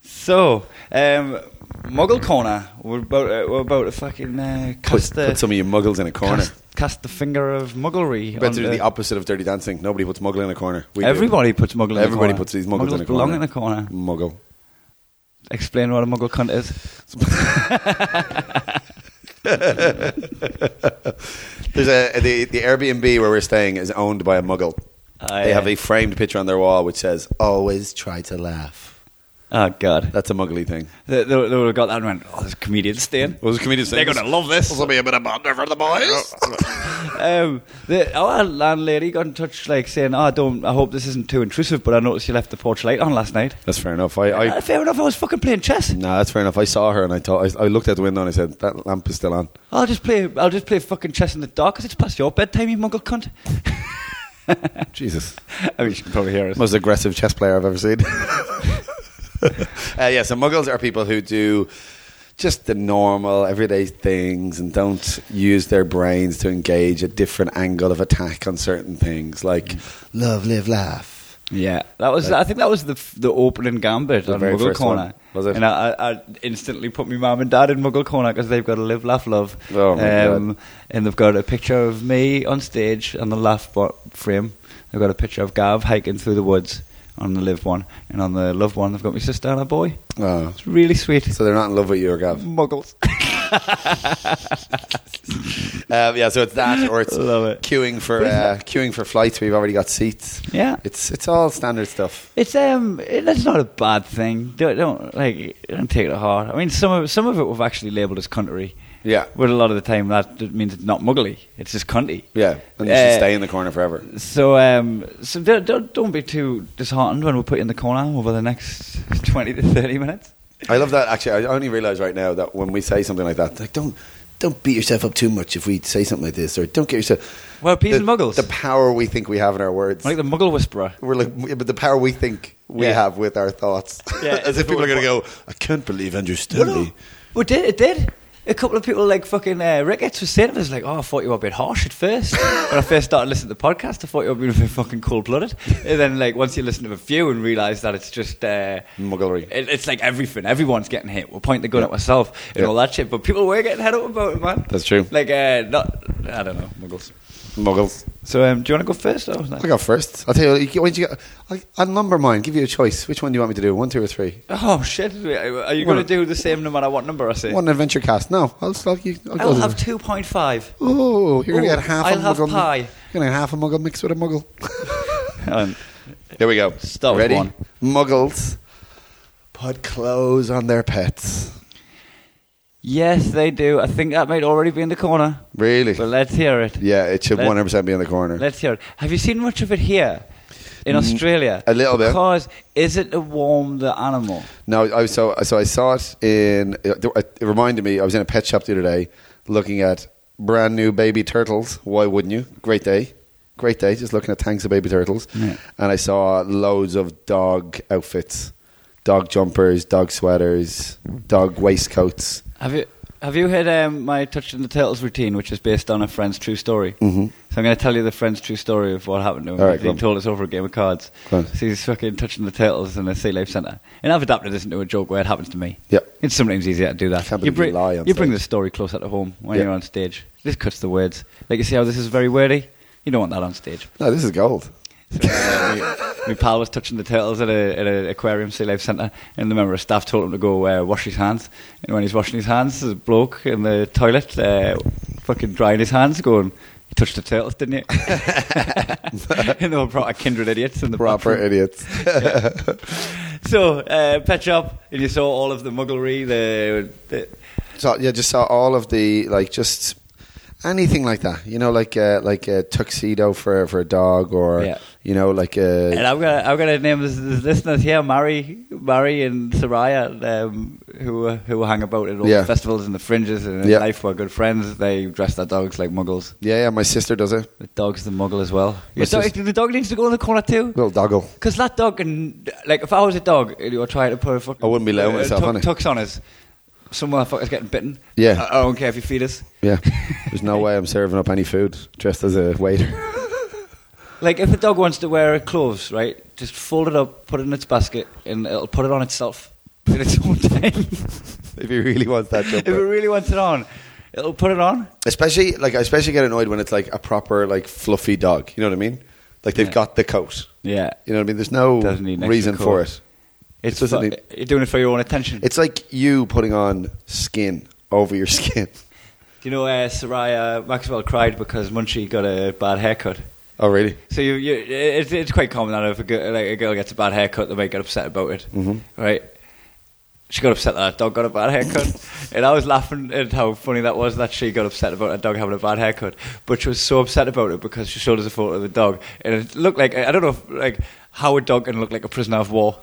B: So, um, Muggle Corner. We're about, uh, we're about to fucking uh,
C: Put,
B: cast, the,
C: put some of your muggles in a corner.
B: Cast, cast the finger of mugglery.
C: But
B: on
C: do the opposite of Dirty Dancing. Nobody puts muggle in a corner. We do.
B: everybody puts muggle in the
C: Everybody
B: corner.
C: puts these muggles, in a corner.
B: belong in a corner.
C: Muggle.
B: Explain what a muggle cunt is.
C: There's a the, the Airbnb where we're staying is owned by a muggle.
B: Ah,
C: they
B: yeah.
C: have a framed picture on their wall which says "Always try to laugh."
B: Oh, God.
C: That's a muggly thing.
B: They, they, they would have got that and went, oh, there's comedians staying.
C: What was the comedian saying?
B: They're going to love this.
C: be a bit of bonder for the boys.
B: um, the, our landlady got in touch, like saying, "Oh, I don't. I hope this isn't too intrusive, but I noticed you left the porch light on last night."
C: that's fair enough. I,
B: Uh,
C: I
B: fair enough. I was fucking playing chess.
C: nah, that's fair enough. I saw her and I thought I, I looked out the window and I said that lamp is still on.
B: I'll just play. I'll just play fucking chess in the dark 'cause it's past your bedtime, you muggle cunt.
C: Jesus,
B: I mean, you can probably hear us.
C: most aggressive chess player I've ever seen. uh, yeah, so muggles are people who do just the normal everyday things and don't use their brains to engage a different angle of attack on certain things like love, live, laugh.
B: Yeah, that was. I think that was the f- the opening gambit
C: The
B: on
C: very
B: Muggle
C: first
B: Corner.
C: one, was it?
B: And I, I, I instantly put my mum and dad in Muggle Corner because they've got to live, laugh, love. um,
C: Oh, my God.
B: And they've got a picture of me on stage on the laugh bo- frame. They've got a picture of Gav hiking through the woods on the live one, and on the love one, they've got my sister and a boy.
C: Oh.
B: It's really sweet.
C: So they're not in love with you or Gav.
B: Muggles.
C: Um, yeah, so it's that, or it's
B: Love it.
C: queuing for uh, queuing for flights. We've already got seats.
B: Yeah.
C: it's it's all standard stuff.
B: It's um, it- that's not a bad thing. Don't, don't like, don't take it to heart. I mean, some of some of it we've actually labelled as country.
C: Yeah.
B: but a lot of the time that it means it's not muggly. It's just cunty.
C: Yeah, and you
B: Uh,
C: should stay in the corner forever.
B: So um, so don't, don't don't be too disheartened when we put you in the corner over the next twenty to thirty minutes.
C: I love that. Actually, I only realize right now that when we say something like that, like don't don't beat yourself up too much if we say something like this, or don't get yourself.
B: We're peas
C: the,
B: and muggles.
C: The power we think we have in our words.
B: Like the muggle whisperer.
C: we're like, yeah, but the power we think we
B: Yeah.
C: have with our thoughts.
B: Yeah,
C: as if people are going to go, I can't believe Andrew Stoney.
B: We did it did. A couple of people like fucking uh, Ricketts was saying it was like, oh, I thought you were a bit harsh at first. when I first started listening to the podcast, I thought you were being a bit fucking cold blooded. And then like once you listen to a few and realise that it's just uh,
C: Mugglery.
B: it, it's like everything. Everyone's getting hit. We'll point the gun at myself and
C: Yeah.
B: all that shit. But people were getting head up about it, man.
C: That's true.
B: Like, uh, not I don't know, muggles.
C: Muggles.
B: So, um, do you want to go first? Or
C: I go first. I'll tell you. you why don't you go, I'll, I'll number mine. Give you a choice. Which one do you want me to do? One, two, or three?
B: Oh shit! Are you going to do the same no matter what number I say?
C: One adventure cast. No, I'll, I'll, you- I'll go
B: I'll
C: to
B: have
C: the-
B: two point five.
C: Oh, you're
B: Ooh,
C: gonna get half.
B: I'll
C: a
B: have
C: muggle,
B: pie.
C: You're gonna get half a muggle mixed with a muggle.
B: Um,
C: Here we go.
B: Start with
C: Ready?
B: one.
C: Muggles put clothes on their pets.
B: yes, they do. I think that might already be in the corner.
C: Really?
B: But let's hear it.
C: yeah, it should
B: Let-
C: one hundred percent be in the corner.
B: Let's hear it. Have you seen much of it here in Australia?
C: Mm, a little bit.
B: Because is it to warm the animal?
C: No, I so so I saw it in. It reminded me. I was in a pet shop the other day, looking at brand new baby turtles. Why wouldn't you? Great day, great day. Just looking at tanks of baby turtles,
B: Yeah.
C: and I saw loads of dog outfits, dog jumpers, dog sweaters, dog waistcoats.
B: Have you have you heard um, my Touch on the Turtles routine, which is based on a friend's true story? Mm-hmm. So I'm going to tell you the friend's true story of what happened to him.
C: All right,
B: he
C: go on.
B: told us over a game of cards.
C: Go on.
B: So he's fucking touching the turtles in a sea life centre, and I've adapted this into a joke where it happens to me.
C: Yep.
B: it's sometimes easier to do that.
C: I can't
B: you
C: believe
B: bring
C: you lie on
B: you bring
C: stage.
B: the story closer to home when
C: Yeah.
B: you're on stage. This cuts the words. Like you see how this is very wordy. You don't want that on stage.
C: No, this is gold.
B: So, uh, my, my pal was touching the turtles at a at a aquarium sea life centre, and the member of staff told him to go uh, wash his hands. And when he's washing his hands, there's a bloke in the toilet, uh, fucking drying his hands, going, "You touched the turtles, didn't you?" and they were brought kindred idiots in the
C: Proper
B: bathroom.
C: idiots.
B: So, uh, pet shop, and you saw all of the mugglery, the, the
C: So yeah, just saw all of the like just anything like that. You know, like uh, like a tuxedo for for a dog, or
B: Yeah.
C: you know, like
B: and
C: a
B: I'm gonna I'm gonna name this, this listeners here, Mary, Mary and Soraya, um, who uh, who hang about at all
C: Yeah.
B: the festivals and the fringes and in
C: Yeah.
B: life were good friends. They dress their dogs like muggles.
C: yeah, yeah. My sister does it.
B: The dog's the muggle as well. Your
C: It's
B: dog,
C: just-
B: the dog needs to go in the corner too.
C: Little doggle.
B: Because that dog can, like, if I was a dog and you were trying to put a fucking.
C: I wouldn't be allowing myself,
B: tux,
C: innit?
B: Tux on us. Some motherfucker's getting bitten.
C: Yeah.
B: I, I don't care if you feed us.
C: Yeah. There's no way I'm serving up any food dressed as a waiter.
B: Like, if a dog wants to wear clothes, right, just fold it up, put it in its basket, and it'll put it on itself in its own time.
C: if he really wants that
B: if it really wants it on, it'll put it on.
C: especially like I especially get annoyed when it's like a proper like fluffy dog. You know what I mean? Like they've
B: Yeah.
C: got the coat.
B: Yeah.
C: You know what I mean? There's no
B: Doesn't need an extra
C: reason for
B: coat.
C: it.
B: It's
C: doesn't
B: fu-
C: need-
B: You're doing it for your own attention.
C: It's like you putting on skin over your skin.
B: Do you know, uh, Soraya Maxwell cried because Munchie got a bad haircut.
C: Oh really?
B: So you, you it's, it's quite common that if a girl, like a girl gets a bad haircut, they might get upset about it,
C: Mhm.
B: right? She got upset that her dog got a bad haircut, and I was laughing at how funny that was that she got upset about her dog having a bad haircut. But she was so upset about it because she showed us a photo of the dog, and it looked like I don't know, if, like how a dog can look like a prisoner of war,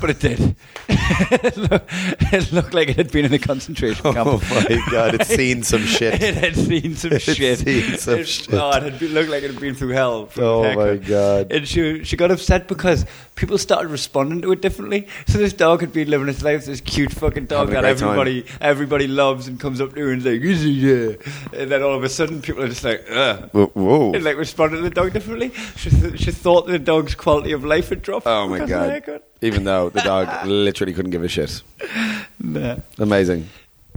B: but it did. it, look- it looked like it had been in a concentration camp.
C: Oh my god, it's seen some shit.
B: It had seen some
C: It had
B: shit.
C: seen some
B: It-
C: shit.
B: Oh, it had been, looked like it had been through hell. from
C: Oh
B: the haircut.
C: my God.
B: And she she got upset because people started responding to it differently. So this dog had been living its life, this cute fucking dog
C: Having a
B: that
C: great time.
B: everybody everybody loves and comes up to and is like, "Is he yeah?" And then all of a sudden, people are just like, "Ugh."
C: Whoa. whoa.
B: And like responded to the dog differently. She, th- she thought the dog's quality of life had dropped.
C: Oh my
B: because of the
C: god.
B: haircut.
C: Even though the dog literally couldn't give a shit.
B: Nah.
C: Amazing.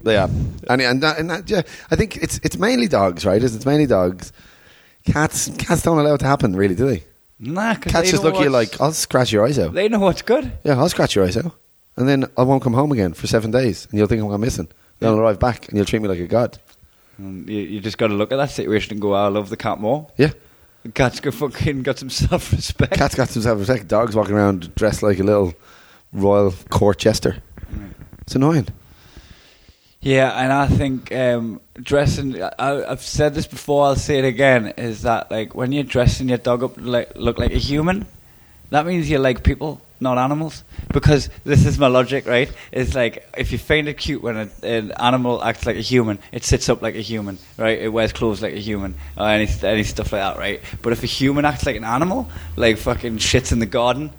C: Yeah. And and that, and that yeah, I think it's it's mainly dogs, right? It's, it's mainly dogs. Cats cats don't allow it to happen, really, do they?
B: Nah, 'cause
C: Cats
B: they
C: just
B: know
C: look at you
B: what's-
C: like, "Oh." I'll scratch your eyes out.
B: they know what's good.
C: Yeah, I'll scratch your eyes out. And then I won't come home again for seven days and you'll think I'm gone missing. Then I'll arrive back and you'll treat me like a god.
B: And you, you just got to look at that situation and go, I love the cat more.
C: Yeah.
B: The cat's got fucking got some self respect.
C: Cats got some self respect. Dogs walking around dressed like a little royal court jester. It's annoying.
B: Yeah, and I think um, dressing. I, I've said this before. I'll say it again. Is that like when you're dressing your dog up to like, look like a human? That means you like people, not animals. Because this is my logic, right? It's like if you find it cute when a, an animal acts like a human, it sits up like a human, right? It wears clothes like a human, or any any stuff like that, right? But if a human acts like an animal, like fucking shits in the garden,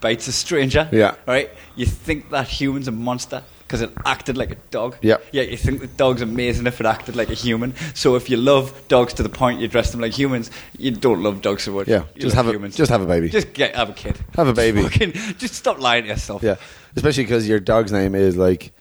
B: bites a stranger,
C: Yeah.
B: right? You think that human's a monster because it acted like a dog.
C: Yep.
B: Yeah, you think the dog's amazing if it acted like a human. So if you love dogs to the point you dress them like humans, you don't love dogs so much.
C: Yeah,
B: You
C: just
B: love
C: have a- just have a baby.
B: Just get have a kid.
C: Have a baby.
B: Just, fucking- just stop lying to yourself.
C: Yeah. Especially because your dog's name is like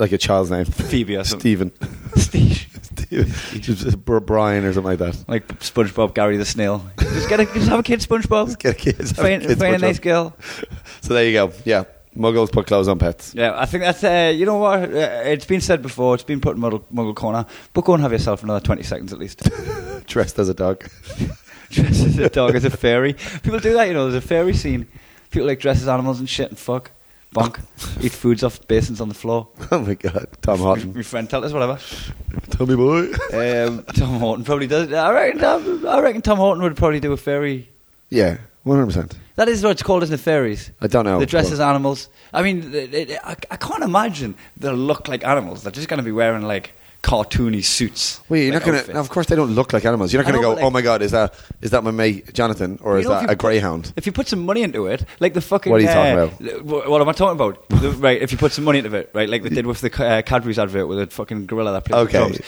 C: like a child's name.
B: Phoebe or something.
C: Stephen.
B: Steve.
C: Just Br- Brian or something like that.
B: Like SpongeBob, Gary the snail. Just get a, just have a kid, SpongeBob.
C: Just get a kid, just have a
B: Find,
C: kid,
B: find a nice
C: SpongeBob.
B: girl.
C: So there you go. Yeah. Muggles put clothes on pets.
B: Yeah, I think that's uh, you know what uh, it's been said before. It's been put in Muggle, Muggle corner, but go and have yourself another twenty seconds at least.
C: Dressed as a dog.
B: dress as a dog as a fairy. People do that, you know. There's a fairy scene. People like dress as animals and shit and fuck, bonk, eat foods off basins on the floor.
C: oh my god. Tom Horton.
B: My friend tell us whatever.
C: Tommy boy.
B: Um, Tom Horton probably does. I reckon. I reckon Tom Horton would probably do a fairy.
C: Yeah. One hundred percent.
B: That is what it's called, isn't it? Fairies.
C: I don't know.
B: They dress
C: but-
B: as animals. I mean, they- they- I, I can't imagine they'll look like animals. They're just going to be wearing like cartoony suits.
C: Well, you're
B: like
C: not gonna.
B: outfits.
C: now, Of course, they don't look like animals. You're not
B: I
C: gonna
B: know,
C: go.
B: but like-
C: oh my god, is that is that my mate Jonathan or
B: You
C: is
B: know, if
C: that
B: you
C: a
B: put-
C: greyhound?
B: If you put some money into it, like the fucking.
C: What are you
B: uh,
C: talking
B: about? What am I talking about? The- right, if you put some money into it, right, like they did with the uh, Cadbury's advert with a fucking gorilla that plays
C: Okay.
B: the drums.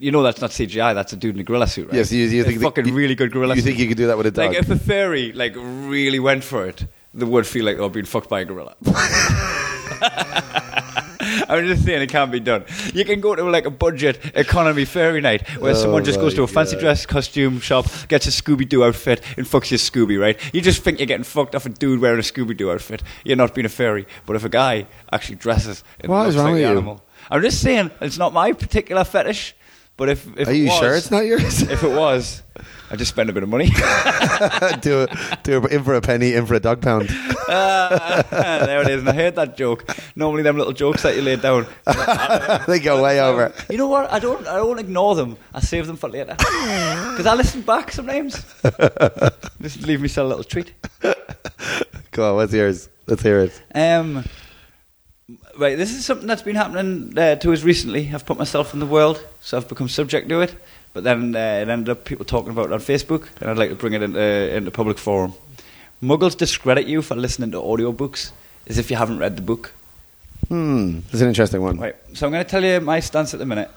B: You know that's not CGI. That's a dude in a gorilla suit, right?
C: Yes, you- you
B: A
C: think that-
B: fucking
C: you-
B: really good gorilla.
C: you
B: suit.
C: think you could do that with a dog?
B: Like if a fairy like really went for it, they would feel like they're being fucked by a gorilla. I'm just saying it can't be done. You can go to like a budget economy fairy night where
C: Oh
B: someone just goes
C: my
B: to a fancy
C: God.
B: dress costume shop, gets a Scooby Doo outfit, and fucks your Scooby. Right? You just think you're getting fucked off a dude wearing a Scooby Doo outfit. You're not being a fairy, but if a guy actually dresses and
C: What
B: looks
C: is wrong
B: like
C: with
B: the
C: you?
B: animal, I'm just saying it's not my particular fetish. But if, if
C: Are
B: it
C: you
B: was-
C: sure it's not yours?
B: If it was, I just spend a bit of money.
C: do it. Do it in for a penny, in for a dog pound.
B: Ah, there it is. And I heard that joke. Normally, them little jokes that you laid down.
C: they go way over.
B: You know what? I don't. I don't ignore them. I save them for later because I listen back sometimes. just leave myself a little treat.
C: Go on, what's yours? Let's hear it.
B: Um, right, this is something that's been happening uh, to us recently. I've put myself in the world, so I've become subject to it. But then uh, it ended up people talking about it on Facebook, and I'd like to bring it into, into public forum. Muggles discredit you for listening to audiobooks as if you haven't read the book.
C: Hmm, it's an interesting one.
B: Right, so I'm going to tell you my stance at the minute.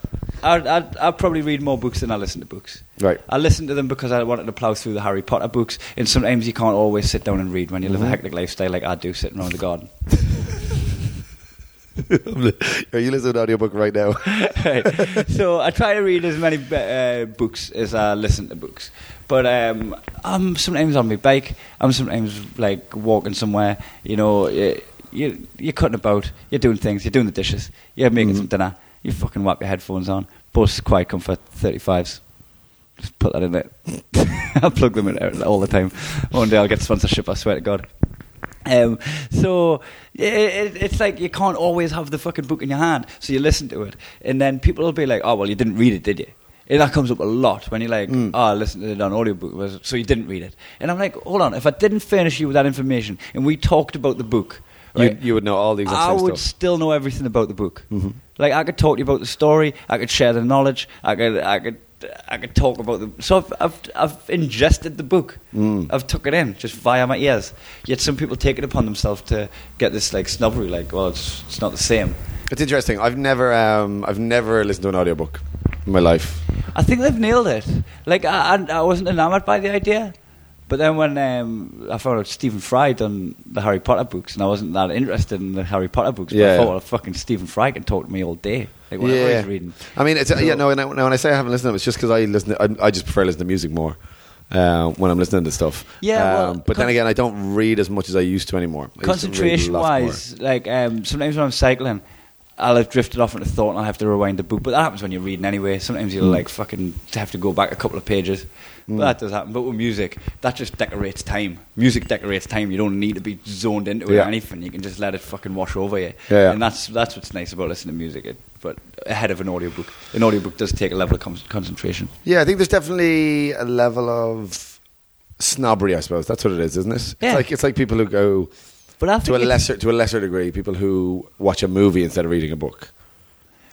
B: I, I, I probably read more books than I listen to books.
C: Right.
B: I listen to them because I wanted to plough through the Harry Potter books, and sometimes you can't always sit down and read when you live a hectic lifestyle like I do, sitting around the garden.
C: Are you listening to an audiobook right now?
B: Right. so I try to read as many uh, books as I listen to books. But um, I'm sometimes on my bike. I'm sometimes like walking somewhere. You know, you, you you're cutting about. You're doing things. You're doing the dishes. You're making some dinner. You fucking whack your headphones on. Bose Quiet Comfort 35s. Just put that in it. I plug them in there all the time. One day I'll get sponsorship. I swear to God. Um, so it, it, it's like you can't always have the fucking book in your hand, so you listen to it, and then people will be like, "Oh, well, you didn't read it, did you?" And that comes up a lot when you're like,
C: Mm.
B: "Oh, I listened to it on audiobook, was- so you didn't read it." And I'm like, "Hold on, if I didn't furnish you with that information, and we talked about the book, right,
C: you would know all the exact
B: I
C: same
B: would
C: stuff.
B: still know everything about the book. Like I could talk to you about the story, I could share the knowledge, I could, I could, I could talk about the. So I've, I've, I've ingested the book. I've took it in just via my ears. Yet some people take it upon themselves to get this like snobbery, like, well, it's, it's not the same.
C: It's interesting. I've never, um, I've never listened to an audiobook in my life.
B: I think they've nailed it. Like I, I, I wasn't enamored by the idea, but then when um, I found out Stephen Fry done the Harry Potter books, and I wasn't that interested in the Harry Potter books, but I
C: Yeah.
B: thought, well, fucking Stephen Fry can talk to me all day, like whatever he's reading.
C: I mean, it's, yeah, no, and I, no, when I say I haven't listened to it, it's just because I listen. To, I, I just prefer listening to music more uh, when I'm listening to stuff. Um,
B: Yeah, well,
C: but then
B: con-
C: again, I don't read as much as I used to anymore. I used to read lots
B: concentration
C: more.
B: wise, like um, sometimes when I'm cycling, I'll have drifted off into thought and I'll have to rewind the book. But that happens when you're reading anyway. Sometimes
C: Hmm.
B: you'll like fucking have to go back a couple of pages. But that does happen. But with music, that just decorates time. Music decorates time. You don't need to be zoned into it
C: Yeah.
B: or anything. You can just let it fucking wash over you.
C: Yeah, yeah.
B: And that's that's what's nice about listening to music. It, but ahead of an audiobook, an audiobook does take a level of con- concentration.
C: Yeah, I think there's definitely a level of snobbery. I suppose that's what it is, isn't it?
B: Yeah.
C: It's like it's like people who go
B: But I
C: to
B: think
C: a
B: it's-
C: lesser to a lesser degree, people who watch a movie instead of reading a book.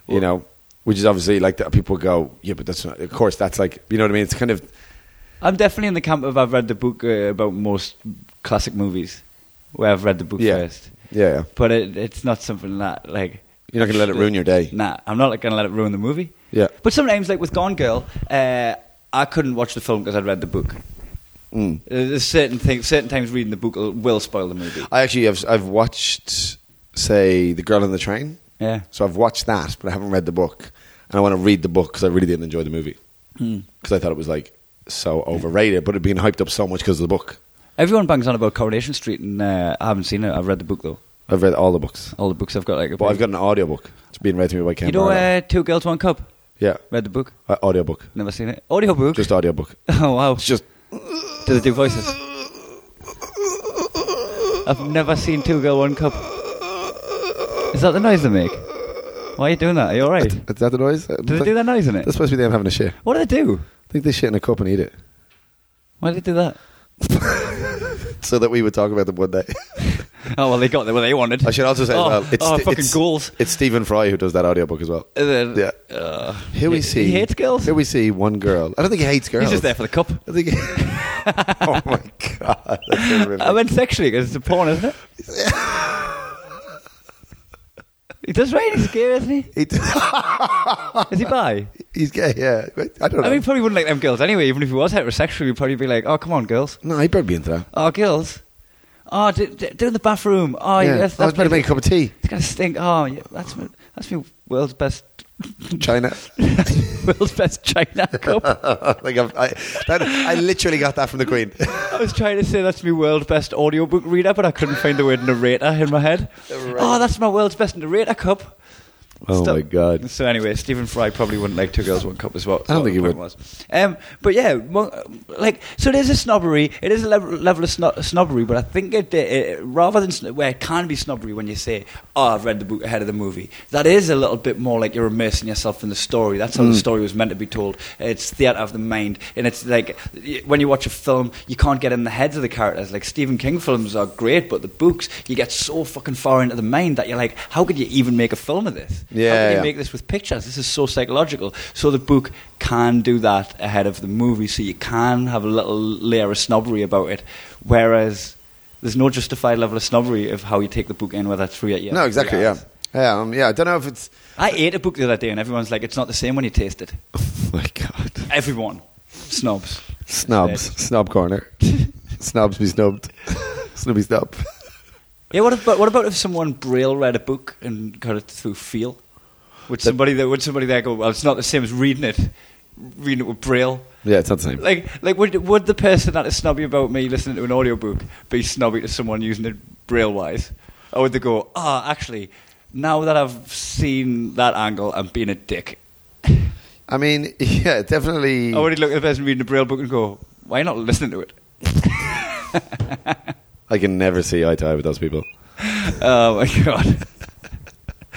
C: you
B: Well-
C: know, which is obviously like that. People go, yeah, but that's not. Of course, that's like you know what I mean. It's kind of
B: I'm definitely in the camp of I've read the book uh, about most classic movies, where I've read the book
C: Yeah.
B: first.
C: Yeah, yeah.
B: But it, it's not something that like
C: You're not gonna let it ruin your day.
B: Nah, I'm not going to let it ruin the movie.
C: Yeah.
B: But sometimes, like with Gone Girl, uh, I couldn't watch the film because I'd read the book.
C: Mm.
B: Uh, There's certain things, certain times reading the book will, will spoil the movie.
C: I actually have I've watched say The Girl on the Train.
B: Yeah.
C: So I've watched that, but I haven't read the book, and I want to read the book because I really didn't enjoy the movie
B: Hmm.
C: because I thought it was like so overrated, but it'd been hyped up so much because of the book.
B: Everyone bangs on about Coronation Street, and uh, I haven't seen it. I've read the book though.
C: I've read all the books,
B: All the books I've got, like,
C: but I've got an audiobook. It's being read to me by Ken.
B: you know,
C: Barlow.
B: uh, Two Girls One Cup.
C: yeah,
B: Read the book.
C: uh, audiobook,
B: Never seen it. Audiobook.
C: just audiobook.
B: oh wow.
C: It's just
B: Do they do voices? I've never seen two girl one cup. Is that the noise they make? Why are you doing that? Are you alright?
C: is that the noise?
B: Do they do that noise in it?
C: That's supposed to be them having a shit.
B: What do they do?
C: I think they shit in a cup and eat it
B: Why do they do that?
C: so that we would talk about them one day.
B: Oh well, they got what they wanted.
C: I should also say
B: oh,
C: as well, it's,
B: oh, fucking
C: it's,
B: ghouls.
C: It's Stephen Fry who does that audiobook as well.
B: Uh,
C: Yeah.
B: uh,
C: Here we
B: he-
C: see
B: He hates girls.
C: Here we see one girl. I don't think he hates girls.
B: He's just there for the cup.
C: I think. oh my god! That's horrific.
B: I meant sexually because it's a porn, isn't it? he does right. He's gay, isn't he?
C: He-
B: Is he bi?
C: he's gay. Yeah, Wait, I don't know.
B: I mean, he probably wouldn't like them girls anyway. Even if he was heterosexual, he'd probably be like, "Oh, come on, girls."
C: no, he'd probably be into that.
B: Oh, girls. Oh, do, do, do in the bathroom. Oh,
C: yeah,
B: yeah. That's,
C: I
B: that's
C: was about to make a cup of tea.
B: It's gonna stink. Oh, yeah. That's my, that's my world's best.
C: China.
B: world's best China cup.
C: like I've, I, that, I literally got that from the Queen.
B: I was trying to say that's my world's best audiobook reader, but I couldn't find the word narrator in my head.
C: Narrator.
B: Oh, that's my world's best narrator cup.
C: Oh
B: Stop.
C: my god.
B: So anyway, Stephen Fry probably wouldn't like two girls, one cup as well.
C: I don't think he would.
B: Was. Um, but yeah, mo- like so, there's a snobbery. It is a level, level of sno- snobbery, but I think it, it rather than sn- where it can be snobbery when you say, "Oh, I've read the book ahead of the movie," that is a little bit more like you're immersing yourself in the story. That's
C: Hmm.
B: how the story was meant to be told. It's theatre of the mind, and it's like y- when you watch a film, you can't get in the heads of the characters. Like Stephen King films are great, but the books, you get so fucking far into the mind that you're like, "How could you even make a film of this?"
C: Yeah,
B: How can you
C: yeah.
B: make this with pictures? This is so psychological. So the book can do that ahead of the movie, so you can have a little layer of snobbery about it. Whereas there's no justified level of snobbery of how you take the book in, whether it's through it.
C: No, exactly. Yeah. Yeah. Um, yeah. I don't know if it's.
B: I ate a book the other day, and everyone's like, "It's not the same when you taste it."
C: Oh my god.
B: Everyone, snobs.
C: Snobs.
B: Said.
C: Snob corner. Snobs be snubbed. Snubby snub.
B: Yeah. What about what about if someone braille read a book and got it through feel? Would somebody there? Would somebody there go? Well, it's not the same as reading it. Reading it with braille.
C: Yeah, it's not the same.
B: Like, like would, would the person that is snobby about me listening to an audiobook be snobby to someone using it braille wise? Or would they go, ah, actually, now that I've seen that angle, I'm being a dick?
C: I mean, yeah, definitely.
B: I would look at the person reading the braille book and go, why not listening to it?
C: I can never see eye to eye with those people.
B: oh my god.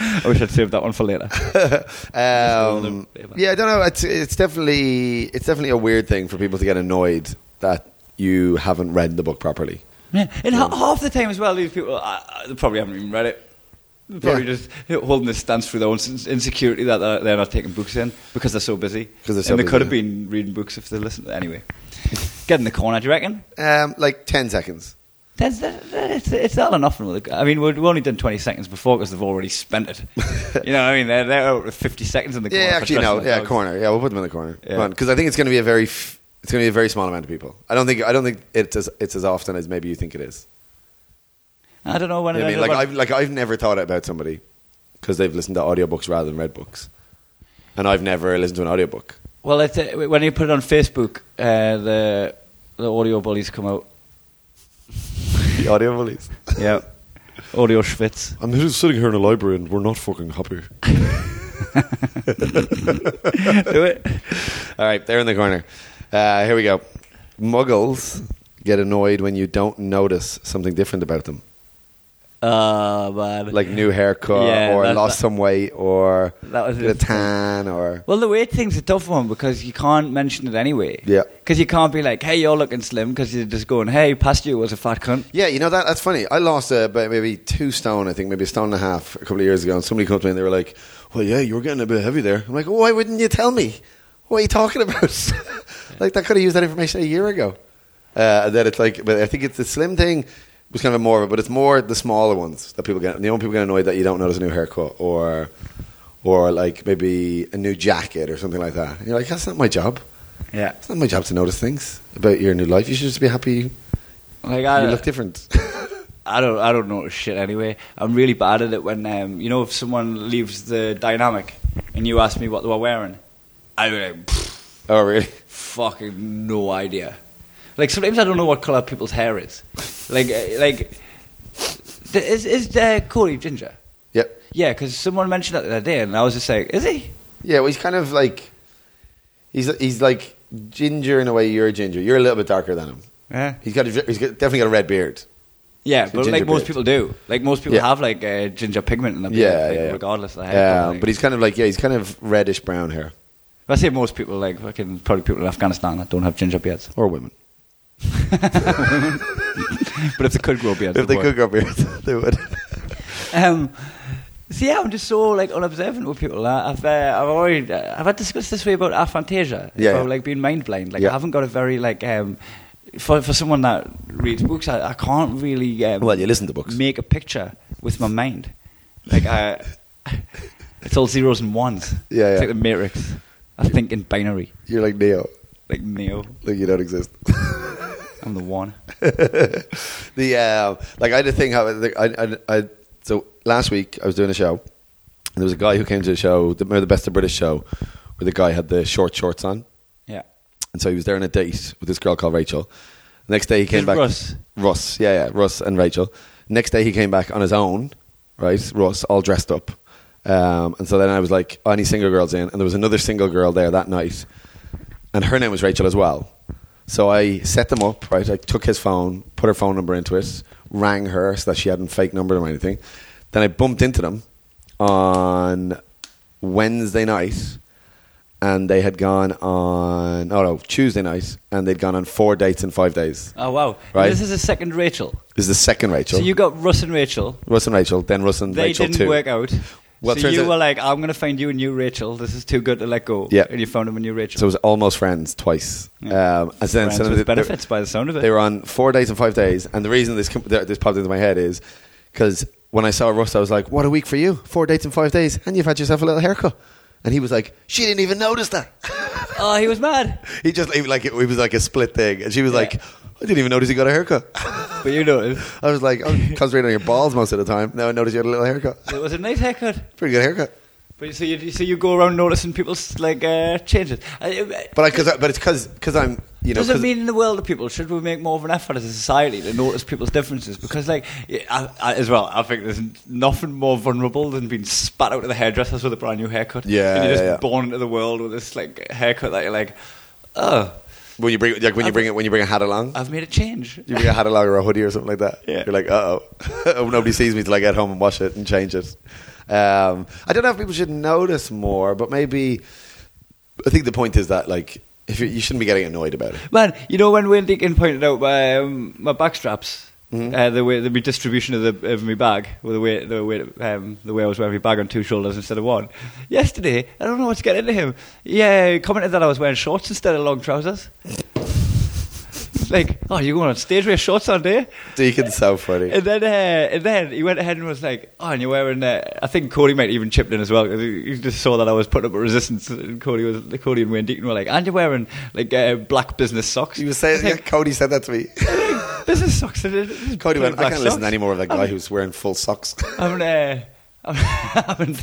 B: I wish I'd saved that one for later.
C: Um,
B: Just a little bit.
C: yeah, I don't know. It's it's definitely it's definitely a weird thing for people to get annoyed that you haven't read the book properly.
B: Yeah, and ha- half the time as well, these people uh, uh, they probably haven't even read it. They're probably
C: Yeah.
B: just holding this stance through their own sin- insecurity that they're, they're not taking books in because they're so busy.
C: 'Cause they're so
B: and they
C: busy,
B: could have
C: yeah.
B: been reading books if they listened. Anyway, get in the corner. Do you reckon?
C: Um, like ten seconds.
B: That's, that, that- it's, it's not enough. really. I mean, we've we've only done twenty seconds before because they've already spent it. you know, what I mean, they're, they're out with fifty seconds in the corner.
C: Yeah,
B: for
C: actually, no.
B: dressing
C: Yeah,
B: their dogs.
C: corner. Yeah, we'll put them in the corner.
B: Yeah.
C: Because I think it's going to be a very f- it's going to be a very small amount of people. I don't think I don't think it's as it's as often as maybe you think it is.
B: I don't know when.
C: You know what I
B: it
C: mean,
B: ended up-
C: like I've like I've never thought about somebody because they've listened to audiobooks rather than read books, and I've never listened to an audiobook.
B: Well, it's, uh, when you put it on Facebook, uh, the the audio bullies come out.
C: The audio bullies.
B: Yeah, audio schwitz.
D: I'm just sitting here in a library and we're not fucking happy.
B: Do it.
C: All right, they're in the corner. Uh, here we go. Muggles get annoyed when you don't notice something different about them,
B: Oh man.
C: like new haircut
B: Yeah,
C: or
B: that-
C: lost
B: that-
C: some weight or
B: That was
C: a
B: it.
C: tan or
B: well, the weight thing's a tough one because you can't mention it anyway.
C: Yeah.
B: Because you can't be like, "Hey, you're looking slim," because you're just going, "Hey, past you was a fat cunt."
C: Yeah, you know that that's funny. I lost uh, about maybe two stone, I think, maybe a stone and a half a couple of years ago, and somebody came up to me and they were like, "Well, yeah, you were getting a bit heavy there." I'm like, "Why wouldn't you tell me? What are you talking about? like, I could have used that information a year ago." Uh, and then it's like, but I think it's the slim thing was kind of more of it, but it's more the smaller ones that people get. The only people get annoyed that you don't notice a new haircut or, or like maybe a new jacket or something like that. And you're like, that's not my job.
B: Yeah.
C: It's not my job to notice things about your new life. You should just be happy.
B: Like I,
C: you look different.
B: I don't, I don't notice shit anyway. I'm really bad at it when, um, you know, if someone leaves the dynamic and you ask me what they were wearing, I'm like, "Pfft,
C: oh, really?
B: fucking no idea. Like sometimes I don't know what color people's hair is. Like, uh, like, th- is is there Corey Ginger?
C: Yep.
B: Yeah, because someone mentioned that the other day, and I was just like, "Is he?"
C: Yeah, well, he's kind of like he's he's like ginger in a way. You're ginger. You're a little bit darker than him.
B: Yeah,
C: He's got a, he's got, definitely got a red beard.
B: yeah,
C: So
B: but
C: ginger
B: like most
C: beard.
B: people do, like most people
C: Yeah.
B: have like uh, ginger pigment in their beard,
C: Yeah,
B: like,
C: yeah,
B: regardless of the hair.
C: Yeah,
B: colour, like.
C: but he's kind of like yeah, he's kind of reddish brown hair
B: I say most people, like fucking probably people in Afghanistan that don't have ginger beards,
C: or women.
B: but if they could grow beards,
C: if they
B: would.
C: could grow beards, they would.
B: Um, so yeah, I'm just so like unobservant with people. I- I've uh, I've already uh, have I discussed this way about aphantasia?
C: Yeah,
B: about,
C: yeah.
B: like being mind blind. Like
C: Yeah.
B: I haven't got a very like um, for for someone that reads books, I, I can't really um,
C: Well, you listen to books.
B: make a picture with my mind. Like I, it's all zeros and ones.
C: Yeah,
B: it's like
C: yeah.
B: the Matrix. I think in binary,
C: You're like Neo,
B: like Neo.
C: like you don't exist.
B: I'm the one.
C: the uh, like I had a thing. How I, I, I so last week I was doing a show, and there was a guy who came to the show, the, remember the best of British show, where the guy had the short shorts on.
B: Yeah.
C: And so he was there on a date with this girl called Rachel. Next day he came
B: Is
C: back.
B: Russ?
C: Russ, yeah, yeah, Russ and Rachel. Next day he came back on his own, right? Russ, all dressed up. Um, and so then I was like, oh, any single girls in? And there was another single girl there that night, and her name was Rachel as well. So I set them up, right? I took his phone, put her phone number into it, rang her so that she hadn't fake numbered or anything. Then I bumped into them on Wednesday night, and they had gone on, oh no, Tuesday night, and they'd gone on four dates in five days.
B: Oh wow!
C: Right.
B: This is a second Rachel.
C: This is the second Rachel.
B: So you got Russ and Rachel.
C: Russ and Rachel, then Russ and
B: They
C: Rachel
B: didn't
C: too.
B: work out.
C: Well, it
B: so
C: turns
B: you
C: out-
B: were like, "I'm going to find you a new Rachel. This is too good to let go."
C: Yeah.
B: And you found him a new Rachel.
C: So it was almost friends twice.
B: Yeah.
C: Um, and then
B: Friends
C: so
B: with
C: they- they-
B: benefits by the sound of it.
C: They were on four days and five days, and the reason this com- th- this popped into my head is because when I saw Russ, I was like, "What a week for you! Four dates in five days, and you've had yourself a little haircut." And he was like, "She didn't even notice that."
B: oh, he was mad.
C: he just he, like it, it was like a split thing, and she was
B: Yeah.
C: like, "I didn't even notice you got a haircut."
B: But you noticed
C: I was like, "I'm concentrating on your balls most of the time." Now I noticed you had a little haircut.
B: it was a nice haircut.
C: Pretty good haircut.
B: But so you so you go around noticing people's like uh, changes. I- I-
C: But I, cause I, but it's because because I'm you know
B: Does it
C: 'cause-
B: mean in the world of people should we make more of an effort as a society to notice people's differences? Because, like, I, I, as well, I think there's nothing more vulnerable than being spat out of the hairdressers with a brand new haircut.
C: Yeah,
B: and you're just
C: yeah, yeah.
B: born into the world with this like haircut that you're like, oh,
C: when you bring like when you bring it when you bring a hat along.
B: I've made a change.
C: You bring a hat along or a hoodie or something like that.
B: Yeah.
C: You're like, uh oh. Nobody sees me till I get home and wash it and change it. Um, I don't know if people should notice more, but maybe. I think the point is that, like, if you, you shouldn't be getting annoyed about it.
B: Man, you know when Wayne Deacon pointed out my um, my back straps, uh, the way the redistribution of the of my bag, well, the way the way um, the way I was wearing my bag on two shoulders instead of one. Yesterday, I don't know what's getting into him. Yeah, he commented that I was wearing shorts instead of long trousers. It's like, oh, you going on stage with shorts on there?
C: Deacon's so funny.
B: And then, uh, and then he went ahead and was like, "Oh, and you're wearing." Uh, I think Cody might even chipped in as well. 'cause He he just saw that I was putting up a resistance, and Cody was Cody and Wayne Deaton were like, "And you're wearing like uh, black business socks."
C: He was saying,
B: I was
C: yeah, Cody said that to me.
B: like, business socks. and it- it's
C: Cody went, I
B: black
C: can't
B: socks.
C: listen to any more of that guy who's wearing full socks.
B: I'm, uh, I'm, I'm,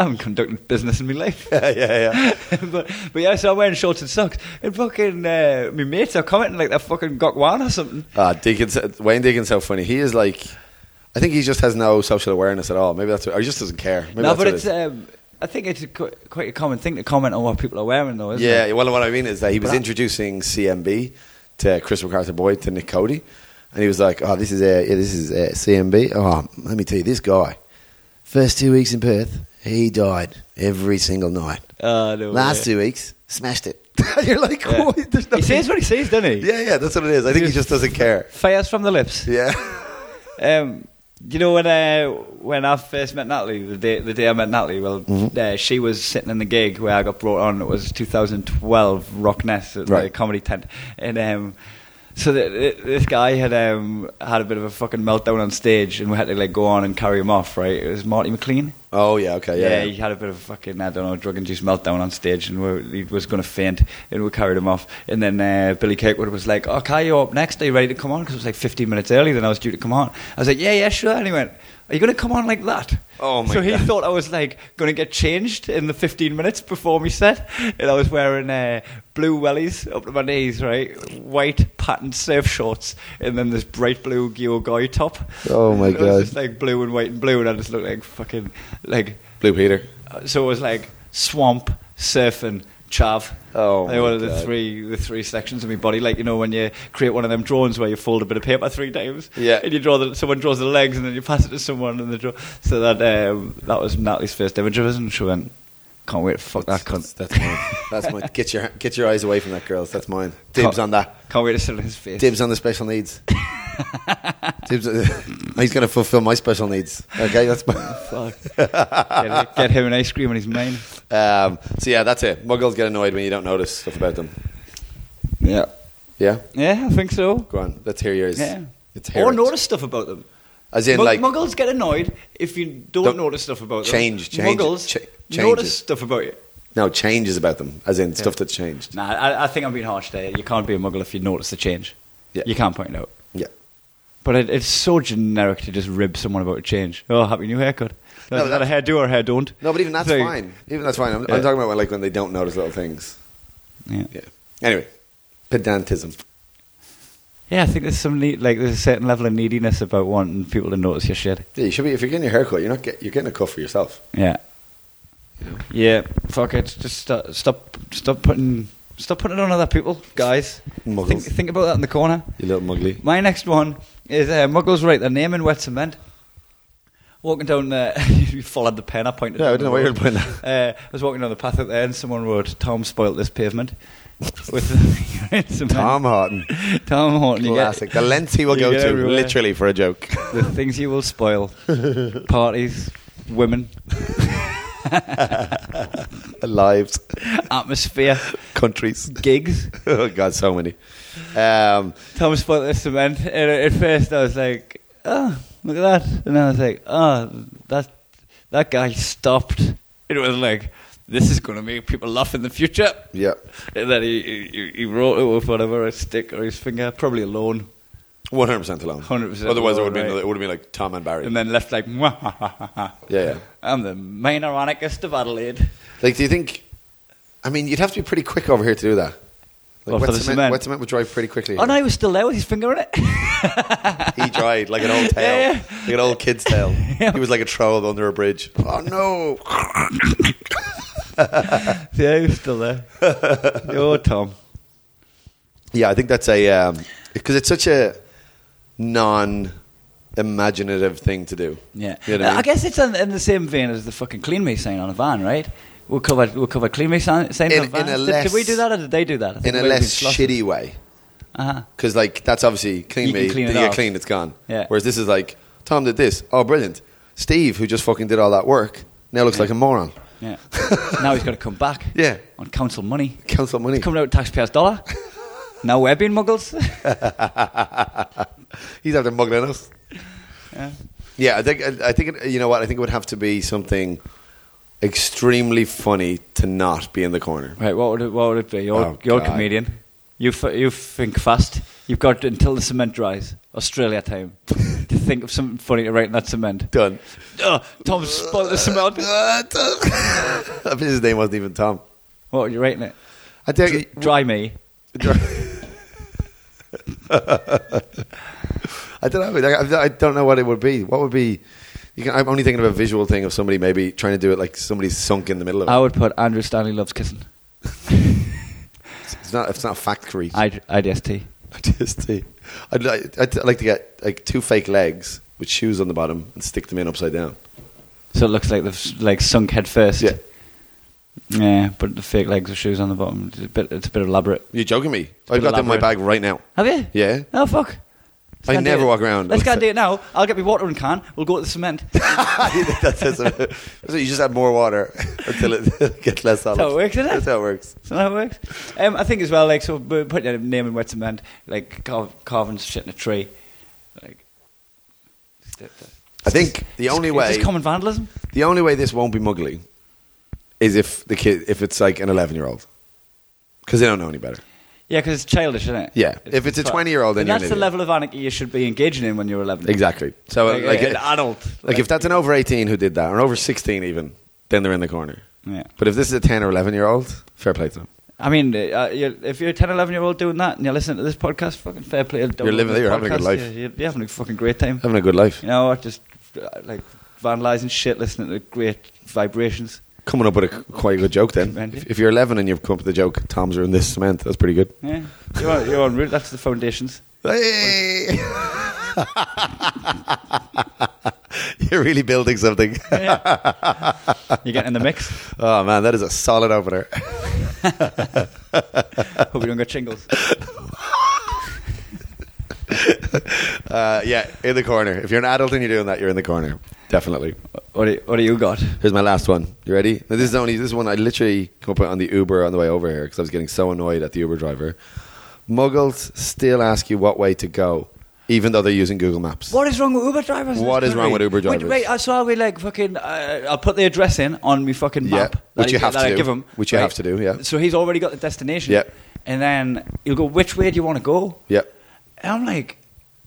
B: I'm conducting business in my life.
C: yeah, yeah.
B: but, but yeah, so I'm wearing shorts and socks. And fucking uh, my mates are commenting like they're fucking Gokwan or something.
C: Ah, Deacon's, Wayne Deacon's so funny. He is like, I think he just has no social awareness at all. Maybe that's what, or he just doesn't care. Maybe
B: no,
C: that's
B: but
C: what it
B: it's.
C: is.
B: Um, I think it's a, qu- quite a common thing to comment on what people are wearing, though, isn't
C: yeah,
B: it?
C: well, what I mean is that he was
B: But I-
C: introducing CMB to Chris MacArthur Boyd to Nick Cody, and he was like, "Oh, this is uh, yeah, this is uh, CMB. Oh, let me tell you, this guy, first two weeks in Perth, he died every single night.
B: Oh, no
C: Last
B: way.
C: two weeks, smashed it. You're like,
B: Yeah.
C: what? There's
B: He
C: nothing-
B: says what he says, doesn't he?
C: Yeah, yeah, that's what it is. I think he just doesn't care.
B: Fires from the lips.
C: Yeah,
B: Um, you know when uh, when I first met Natalie, the day the day I met Natalie, well,
C: Mm-hmm.
B: uh, she was sitting in the gig where I got brought on. It was 2012 Rockness at the
C: Right.
B: comedy tent, and um, so th th this guy had um, had a bit of a fucking meltdown on stage, and we had to like go on and carry him off. Right, it was Marty McLean.
C: oh yeah, okay,
B: Yeah,
C: yeah,
B: he had a bit of a fucking, I don't know, drug induced meltdown on stage and we he was going to faint and we carried him off. And then uh, Billy Kirkwood was like, Oh, Kai, you're up next. Are you ready to come on? Because it was like 15 minutes early than I was due to come on. I was like, Yeah, yeah, sure. And he went, Are you going to come on like that?
C: Oh, my
B: So he
C: God.
B: thought I was like going to get changed in the 15 minutes before me set. And I was wearing uh, blue wellies up to my knees, right? White patterned surf shorts and then this bright blue Geogoi top.
C: Oh, my
B: It was
C: God.
B: just, like blue and white and blue, and I just looked like fucking like.
C: Blue Peter.
B: Uh, So it was like swamp, surfing, chav.
C: Oh
B: they
C: my
B: were the
C: God.
B: three the three sections of my body. Like you know when you create one of them drawings where you fold a bit of paper three times.
C: Yeah.
B: And you draw the someone draws the legs and then you pass it to someone and they draw. So that um, that was Natalie's first image of us, and she went, "Can't wait, to fuck that
C: That's,
B: cunt."
C: that's mine. That's mine. Get your get your eyes away from that, girls. That's mine. Dibs
B: Can't-
C: on that.
B: Can't wait to sit in his face.
C: Dibs on the special needs. Dibs. he's going to fulfill my special needs. Okay, that's my.
B: Fuck. get, get him an ice cream and he's mine.
C: Um, so yeah, that's it. Muggles get annoyed when you don't notice stuff about them.
B: Yeah.
C: Yeah,
B: Yeah, I think so.
C: go on. Let's hear yours.
B: Yeah.
C: Let's hear
B: Or
C: it.
B: notice stuff about them.
C: As in,
B: Mug-
C: like,
B: muggles get annoyed if you don't,
C: Don't-
B: notice stuff about them.
C: Change, change it,
B: Muggles
C: cha- change
B: notice
C: it.
B: stuff about you.
C: no changes about them. As in stuff that's changed.
B: Nah, I, I think I'm being harsh there. You can't be a muggle if you notice the change.
C: Yeah.
B: You can't point it out.
C: Yeah.
B: But it, it's so generic to just rib someone about a change. Oh, happy new haircut.
C: No,
B: Is that a
C: that's-
B: hairdo or a hair don't?
C: No, but even that's
B: So-
C: fine. Even that's fine. I'm,
B: Yeah.
C: I'm talking about when, like when they don't notice little things.
B: Yeah.
C: Yeah. Anyway, pedantism.
B: yeah, I think there's some need, like there's a certain level of neediness about wanting people to notice your shit.
C: Yeah, you should be if you're getting your haircut. You're not get, you're getting a cut for yourself.
B: Yeah. Yeah, fuck it. Just stop, stop, stop putting, stop putting it on other people, guys.
C: Muggles.
B: Think, think about that in the corner.
C: You little muggly.
B: My next one is uh, Muggles write their name in wet cement. Walking down the, you followed the pen. I pointed.
C: Yeah, I
B: down
C: don't
B: the
C: know why you
B: road.
C: were pointing
B: Uh, I was walking down the path out there, and someone wrote, "Tom spoilt this pavement." With wet cement.
C: Tom Harton.
B: Tom Horton, you get-
C: Classic. The lengths he will
B: you
C: go
B: get
C: to,
B: everywhere.
C: literally, for a joke.
B: the things you will spoil: parties, women,
C: Lives,
B: atmosphere,
C: countries.
B: gigs.
C: Oh, God, so many. Um,
B: Thomas spoiled this cement. And at first, I was like, "Oh, look at that!" And I was like, "Oh, that that guy stopped." It was like, "This is going to make people laugh in the future."
C: yeah.
B: And then he he, he wrote it with whatever a stick or his finger, probably alone,
C: 100% alone.
D: Otherwise,
B: 100%
D: it
B: alone,
D: would have
B: right?
D: been it would have been like Tom and Barry.
B: and then left like, "Mwah, ha, ha, ha, ha.
C: Yeah, yeah.
B: I'm the minor anarchist of Adelaide."
C: Like, do you think? I mean, you'd have to be pretty quick over here to do that.
B: Well,
C: Like, wet,
B: for the
C: cement,
B: cement.
C: wet cement would dry pretty quickly.
B: Oh no, he was still there with his finger in it.
C: he dried like an old tail,
B: Yeah, yeah.
C: like an old kid's tail.
B: Yeah.
C: He was like a troll under a bridge. Oh no!
B: yeah, he was still there. Yo, Tom.
C: yeah, I think that's a because it's such a non-imaginative thing to do.
B: Yeah, Uh,
C: You know what I
B: I,
C: mean?
B: guess it's in, in the same vein as the fucking clean me sign on a van, right? We'll cover we'll cover clean me sign, sign
C: In-
B: on a van.
C: in a
B: did,
C: less-
B: did we do that or did they do that? I think
C: in a
B: it might have
C: less
B: been Floss.
C: shitty way.
B: Uh-huh.
C: Because like that's obviously clean
B: You can
C: me.
B: clean it
C: you get
B: off.
C: clean, it's gone.
B: Yeah.
C: Whereas this is like Tom did this. Oh, brilliant! Steve, who just fucking did all that work, now looks like a moron.
B: Yeah. So now he's got to come back.
C: Yeah.
B: On council money.
C: Council money.
B: It's coming out of taxpayers' dollar. now we're being muggles.
C: He's out there muggling us.
B: yeah.
C: Yeah, I think I think it, you know what I think it would have to be something extremely funny to not be in the corner.
B: Right. What would it, what would it be? You're,
C: Oh,
B: you're a
C: God.
B: comedian. You f- you think fast. You've got until the cement dries, Australia time, to think of something funny to write in that cement.
C: Done.
B: Oh, Tom spoiled the cement.
C: I bet his name wasn't even Tom.
B: What are you writing it?
C: I think
B: Dry me.
C: I don't know. I- I, I don't know what it would be. What would be? You can, I'm only thinking of a visual thing of somebody maybe trying to do it like somebody's sunk in the middle of it.
B: I would put Andrew Stanley loves kissing.
C: It's not. It's not factory. I
B: I- IDST.
C: just. I'd, like- I'd like to get like two fake legs with shoes on the bottom and stick them in upside down.
B: So it looks like they've like sunk head first.
C: Yeah.
B: Yeah, but the fake legs with shoes on the bottom. It's a bit, it's a bit elaborate.
C: You're joking me. I've
B: bit
C: got them in my
B: elaborate.
C: bag right now.
B: Have you?
C: Yeah.
B: Oh fuck.
C: I
B: go and do
C: never
B: it.
C: walk around
B: Let's
C: with
B: go and
C: it.
B: do it now. I'll get me watering can. We'll go to the cement. That's
C: that says a- so you just add more water until it gets less solid.
B: how it works, isn't it?
C: That's how it works.
B: how it works. Um, I think as well, like so, b- putting a name in wet cement, like carv- carving shit in a tree, like.
C: I think the only
B: It's
C: way
B: just common vandalism.
C: the only way this won't be muggly is if the kid if it's like an 11 year old because they don't know any better.
B: Yeah, because it's childish, isn't it?
C: Yeah. If it's a 20-year-old, then
B: And
C: you're an
B: that's the
C: idiot.
B: level of anarchy you should be engaging in when you're 11.
C: Exactly. So
B: Like,
C: like, like,
B: an adult.
C: like if that's an over 18 who did that or an over 16 even, then they're in the corner.
B: Yeah.
C: But if this is a 10 or 11 year old, fair play to them.
B: I mean, uh, you're, if you're a 10, 11 year old doing that and you're listening to this podcast, fucking fair play.
C: You're living- you're having a good life.
B: Yeah, you're, you're having a fucking great time.
C: Having a good life.
B: You know what? Just uh, like vandalizing shit, listening to great vibrations.
C: Coming up with a quite a good joke then.
B: Randy?
C: If, if you're 11 and you've come up with a joke, Tom's are in this cement. That's pretty good.
B: Yeah. You're on, you're on route. That's the foundations.
C: Hey! You're really building something.
B: You're getting in the mix.
C: Oh man, that is a solid opener.
B: Hope you don't get shingles.
C: Uh, yeah, in the corner. If you're an adult and you're doing that, you're in the corner. Definitely.
B: What do you, what do you got?
C: Here's my last one. You ready? Now, this is only this is one I literally come up with on the Uber on the way over here because I was getting so annoyed at the Uber driver. Muggles still ask you what way to go, even though they're using Google Maps.
B: What is wrong with Uber drivers? in this
C: What is wrong
B: country?
C: with Uber
B: Wait,
C: drivers?
B: Wait, I saw we like fucking. Uh, I'll put the address in on my fucking
C: Yeah,
B: map. that
C: which
B: I-
C: you have
B: that
C: to
B: I
C: do,
B: Give him,
C: which you have to do, yeah.
B: So he's already got the destination.
C: Yeah.
B: And then you'll go, which way do you want to go?
C: Yeah.
B: And I'm like,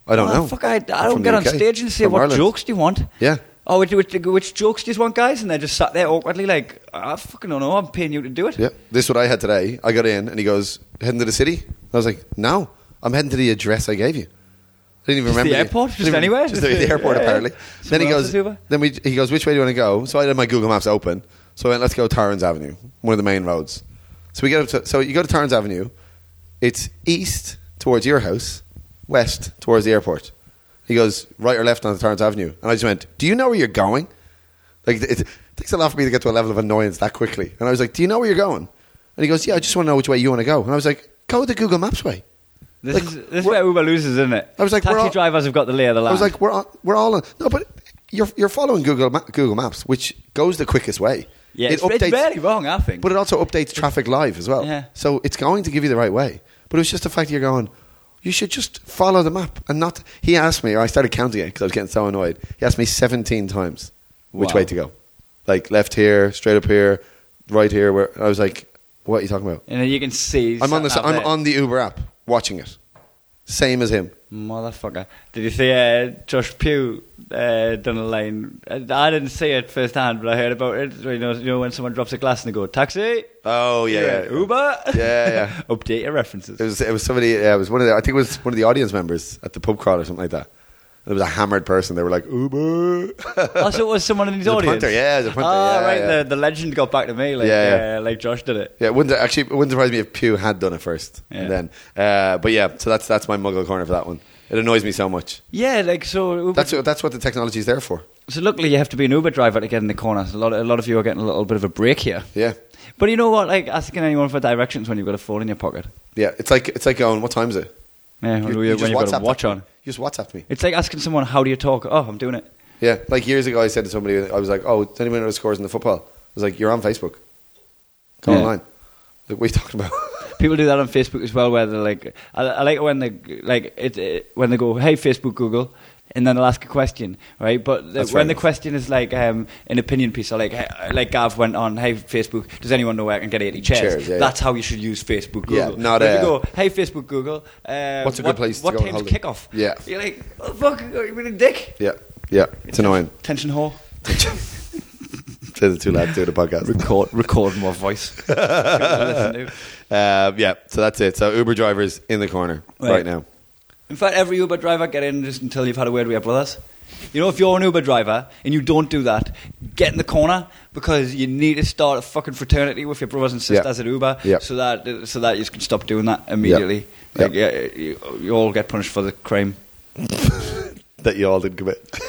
C: I don't
B: "Oh,
C: know.
B: Fuck, I, I
C: I'm
B: don't
C: from
B: get
C: the
B: on
C: UK.
B: stage and say
C: From
B: what
C: Ireland.
B: jokes do you want.
C: Yeah.
B: Oh, which, which, which jokes do you want, guys? And they just sat there awkwardly, like, I fucking don't know. I'm paying you to do it.
C: Yeah. This is what I had today. I got in and he goes, heading to the city? I was like, no, I'm heading to the address I gave you. I didn't even
B: Just the
C: remember
B: airport?
C: didn't
B: Just
C: even-
B: anywhere?
C: Just the, the airport,
B: Yeah.
C: apparently. Then
B: Someone
C: he
B: else's
C: goes.
B: Uber?
C: Then we, he goes. Which way do you want to go? So I had my Google Maps open, So I went, let's go Torrens Avenue, one of the main roads. So we get up to, so you go to Torrens Avenue. It's east towards your house, west towards the airport. He goes right or left on Torrens Avenue, and I just went, "Do you know where you're going?" Like it, it takes a lot for me to get to a level of annoyance that quickly. And I was like, "Do you know where you're going?" And he goes, "Yeah, I just want to know which way you want to go." And I was like, "Go the Google Maps way."
B: This
C: Like,
B: is this is
C: we're-
B: where Uber loses, isn't it?
C: I was like, we're
B: taxi
C: all-
B: drivers have got the lay of the land.
C: I was like, we're on, we're all on. No, but you're you're following Google Ma- Google Maps, which goes the quickest way.
B: yeah, it's, it's barely wrong, I think.
C: but it also updates traffic live as well.
B: Yeah.
C: So it's going to give you the right way. But it was just the fact that you're going. You should just follow the map and not. He asked me, or I started counting it because I was getting so annoyed. He asked me 17 times which
B: Wow.
C: way to go, like left here, straight up here, right here. Where I was like, what are you talking about?
B: and then you can see.
C: I'm on the
B: sat
C: I'm
B: there.
C: on the Uber app watching it, same as him.
B: Motherfucker. Did you see uh, Josh Pugh uh, done a line? I I didn't see it firsthand, but I heard about it. You know, you know when someone drops a glass and they go, taxi?
C: Oh
B: You went, Uber?
C: Yeah, yeah.
B: Update your references.
C: It was it was somebody. Yeah, it was one of the. I think it was one of the audience members at the pub crawl or something like that. And there was a hammered person. They were like Uber.
B: Also, Oh, it was someone in his
C: It was a
B: audience.
C: punter, yeah, it was a punter,
B: Ah,
C: yeah,
B: right.
C: yeah.
B: The, the legend got back to me, like,
C: Yeah, yeah.
B: uh, like Josh did it.
C: yeah, it wouldn't actually it wouldn't surprise me if Pew had done it first.
B: Yeah.
C: And then, uh, but yeah, so that's that's my muggle corner for that one. It annoys me so much.
B: Yeah, like so. Uber,
C: That's what, that's what the technology is there for.
B: so luckily, you have to be an Uber driver to get in the corner. So a lot, a lot of you are getting a little bit of a break here.
C: Yeah,
B: But you know what? Like asking anyone for directions when you've got a phone in your pocket.
C: yeah. It's like it's like going. What time is it?
B: Yeah, when, you, when you've got a
C: WhatsApped-
B: watch on.
C: You just WhatsApp me.
B: It's like asking someone, "How do you talk?" Oh, I'm doing it.
C: Yeah, like years ago, I said to somebody, I was like, "Oh, does anyone know the scores in the football?" I was like, "You're on Facebook. Go
B: Yeah.
C: online. Like, what are you talking about?"
B: People do that on Facebook as well, where they're like, I, I like it when they like it, it when they go, "Hey, Facebook, Google." And then they'll ask a question, right? But the,
C: That's fair
B: when the
C: enough.
B: question is like um, an opinion piece, or like hey, like Gav went on, "Hey, Facebook, does anyone know where I can get eighty chairs?"
C: Chairs, yeah, yeah.
B: That's how you should use Facebook, Google.
C: Yeah, not,
B: When you
C: uh,
B: go, "Hey, Facebook, Google, uh,
C: What's a good
B: what-
C: place to
B: What
C: go and
B: time's
C: hold it?"
B: kickoff?"
C: Yeah.
B: you're like, oh, "Fuck, you're a dick."
C: Yeah, yeah, it's annoying.
B: Tension whore.
C: Say the two lads doing a podcast.
B: Record, record more voice. Give it a listen to.
C: Uh, yeah, so that's it. So Uber drivers in the corner right,
B: Right.
C: now.
B: In fact, every Uber driver get in just until you've had a word with your brothers. You know, if you're an Uber driver and you don't do that, get in the corner because you need to start a fucking fraternity with your brothers and
C: Yeah.
B: sisters at Uber,
C: Yeah.
B: so that so that you can stop doing that immediately.
C: Yeah.
B: Like, yeah, you, you all get punished for the crime.
C: That you all didn't commit.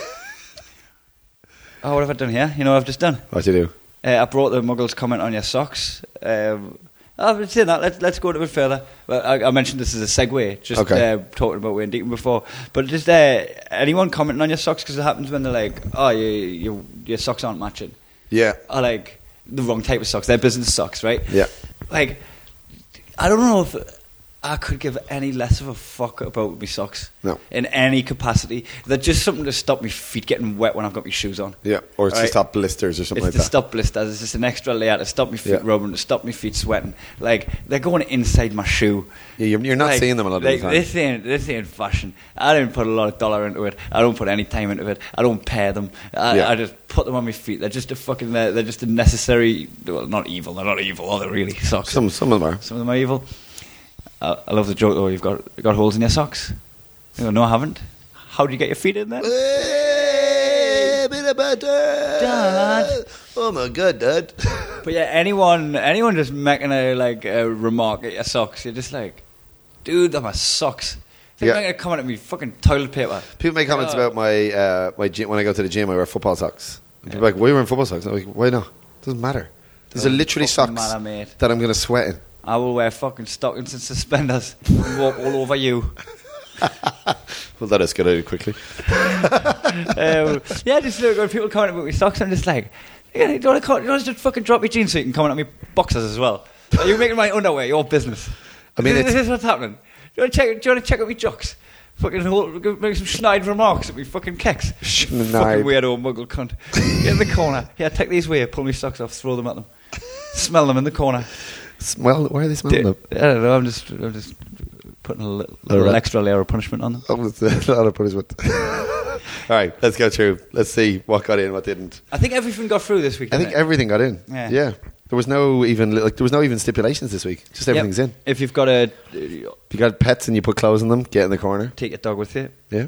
B: Oh, what have I done here? You know what I've just done?
C: What you do?
B: Uh, I brought the Muggles comment on your socks. Um, I've seen that. Let's let's go a bit further. Well, I, I mentioned this as a segue, just
C: Okay.
B: uh, talking about Wayne Deacon before. But just uh, anyone commenting on your socks because it happens when they're like, "Oh, you, you, your socks aren't matching,"
C: Yeah,
B: or like the wrong type of socks. They're business socks, right?
C: Yeah.
B: Like, I don't know if I could give any less of a fuck about my socks.
C: No.
B: In any capacity, they're just something to stop my feet getting wet when I've got my shoes on
C: yeah. Or it's
B: Right.
C: to stop blisters or something
B: it's
C: like
B: to
C: that.
B: stop blisters. It's just an extra layer to stop my feet
C: Yeah.
B: rubbing, to stop my feet sweating. Like they're going inside my shoe.
C: Yeah, you're- you're not
B: Like,
C: seeing them a lot of the
B: like,
C: time.
B: This ain't this ain't fashion. I don't put a lot of dollar into it. I don't put any time into it. I don't pair them. I,
C: Yeah.
B: I just put them on my feet. They're just a fucking. They're, they're just a necessary. Well, not evil. They're not evil. Are they really socks?
C: Some some of them are.
B: Some of them are evil. I, I love the joke though. You've got you've got holes in your socks. You go, no, I haven't. How do you get your feet in there?
C: Hey, bit of butter.
B: Dad.
C: Oh my god, Dad.
B: But yeah, anyone, anyone just making a like a remark at your socks, you're just like, dude, they're my socks. They're
C: Yeah.
B: making a comment at me, fucking toilet paper.
C: People make comments
B: Uh,
C: about my uh, my gym, when I go to the gym. I wear football socks. And People are like, why are you wearing football socks? And I'm like, why not? Doesn't matter. These are
B: Oh, Doesn't
C: literally socks
B: fucking matter, mate.
C: that I'm going to sweat in.
B: I will wear fucking stockings and suspenders and walk all over you.
C: Well, that escalated quickly.
B: Um, yeah, just look when people comment about my socks, I'm just like, yeah, you don't want to just fucking drop your jeans so you can comment on my boxers as well. Are you making my underwear your business?
C: I mean,
B: this,
C: it's-
B: this is what's happening. Do you want to check? Do you want to check out my jocks? Fucking whole, make some snide remarks at me fucking kicks.
C: Snide.
B: Fucking weirdo muggle cunt. Get in the corner. Yeah, take these away. Pull my socks off. Throw them at them. Smell them in the corner.
C: Smell? Why are
B: Do-
C: they smelling? up?
B: I don't know. I'm just, I'm just putting a li-
C: All
B: little
C: right.
B: extra layer of punishment on them.
C: That was a lot of punishment. All right, let's go through. Let's see what got in, what didn't.
B: I think everything got through this week.
C: I
B: didn't
C: think
B: it?
C: everything got in.
B: Yeah.
C: There was no even like there was no even stipulations this week. Just everything's
B: Yep.
C: in.
B: If you've got a
C: If you got pets and you put clothes on them, get in the corner.
B: take your dog with you.
C: Yeah.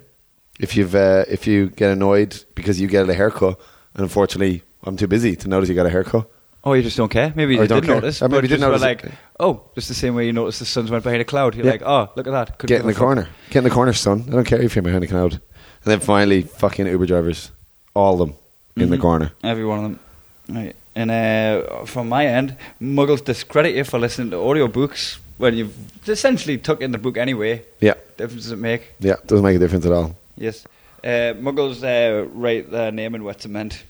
C: If you've uh, if you get annoyed because you get a haircut, and unfortunately I'm too busy to notice you got a haircut,
B: oh, you just don't care. Maybe you
C: Or you don't
B: didn't
C: care.
B: notice.
C: Or maybe
B: but
C: you didn't
B: just were
C: notice
B: like,
C: it.
B: oh, just the same way you notice the suns went behind a cloud. You're
C: Yeah.
B: like, oh, look at that. Couldn't
C: Get
B: give
C: in the
B: a fuck.
C: corner. Get in the corner, son. I don't care if you're behind the cloud. And then finally, fucking Uber drivers, all of them in the
B: Mhm.
C: corner.
B: Every one of them. Right. And uh, from my end, muggles discredit you for listening to audiobooks when you've essentially took in the book anyway.
C: Yeah,
B: Difference does it make?
C: yeah, doesn't make a difference at all.
B: Yes. Uh, muggles uh, write their name in wet cement.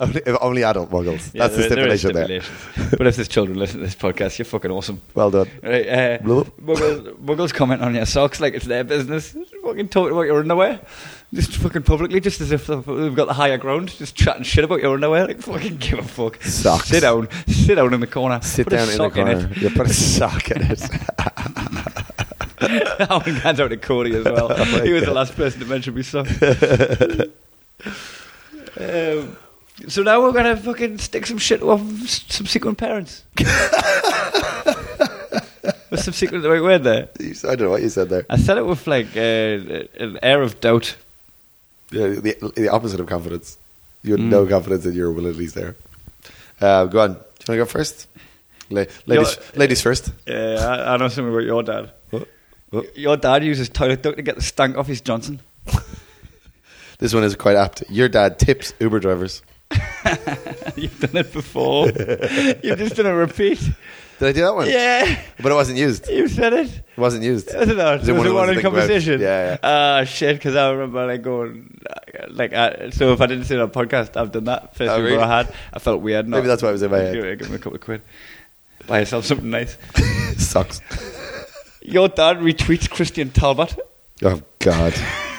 C: Only, only adult muggles.
B: Yeah,
C: That's the
B: there- there is
C: stipulation there.
B: stipulations. but if there's children listening to this podcast, you're fucking awesome.
C: Well done.
B: Right, uh,
C: Blah.
B: muggles, muggles comment on your socks like it's their business. Just fucking talking about your underwear, just fucking publicly, just as if they've they've got the higher ground. Just chatting shit about your underwear. Like fucking give a fuck.
C: Socks.
B: Sit down. Sit down in the corner.
C: Sit
B: Put a
C: down in the
B: sock
C: corner.
B: it.
C: Yeah, put a sock in it.
B: that one hands out to Cody as well.
C: Oh my
B: he was the
C: God.
B: last person to mention me so. um, so now we're gonna fucking stick some shit off subsequent parents. Was subsequent the right word there?
C: You s- I don't know what you said there.
B: I said it with like uh, an air of doubt.
C: Yeah, the, the opposite of confidence. You had
B: Hmm.
C: no confidence in your abilities there. Uh, go on. Do you want to go first? La- ladies,
B: You're-
C: ladies first.
B: Yeah, I, I know something about your dad.
C: What? What?
B: Your dad uses toilet duck to get the stank off his Johnson.
C: This one is quite apt. Your dad tips Uber drivers.
B: You've done it before. You've just done a repeat.
C: Did I do that one?
B: Yeah,
C: But it wasn't used. It
B: you said it.
C: wasn't used.
B: I don't know. It was
C: it
B: a
C: one of the ones
B: one-on
C: to think about?
B: conversation.
C: Yeah, yeah.
B: Ah, shit, because I remember like going, like, I, so if I didn't say it on podcast, I've done that. First
C: Oh,
B: Uber
C: really?
B: I had, I felt weird. Not,
C: Maybe that's why it was in my head.
B: Give me- give me a couple of quid. Buy yourself something nice.
C: Sucks.
B: Your dad retweets Christian Talbot.
C: Oh God,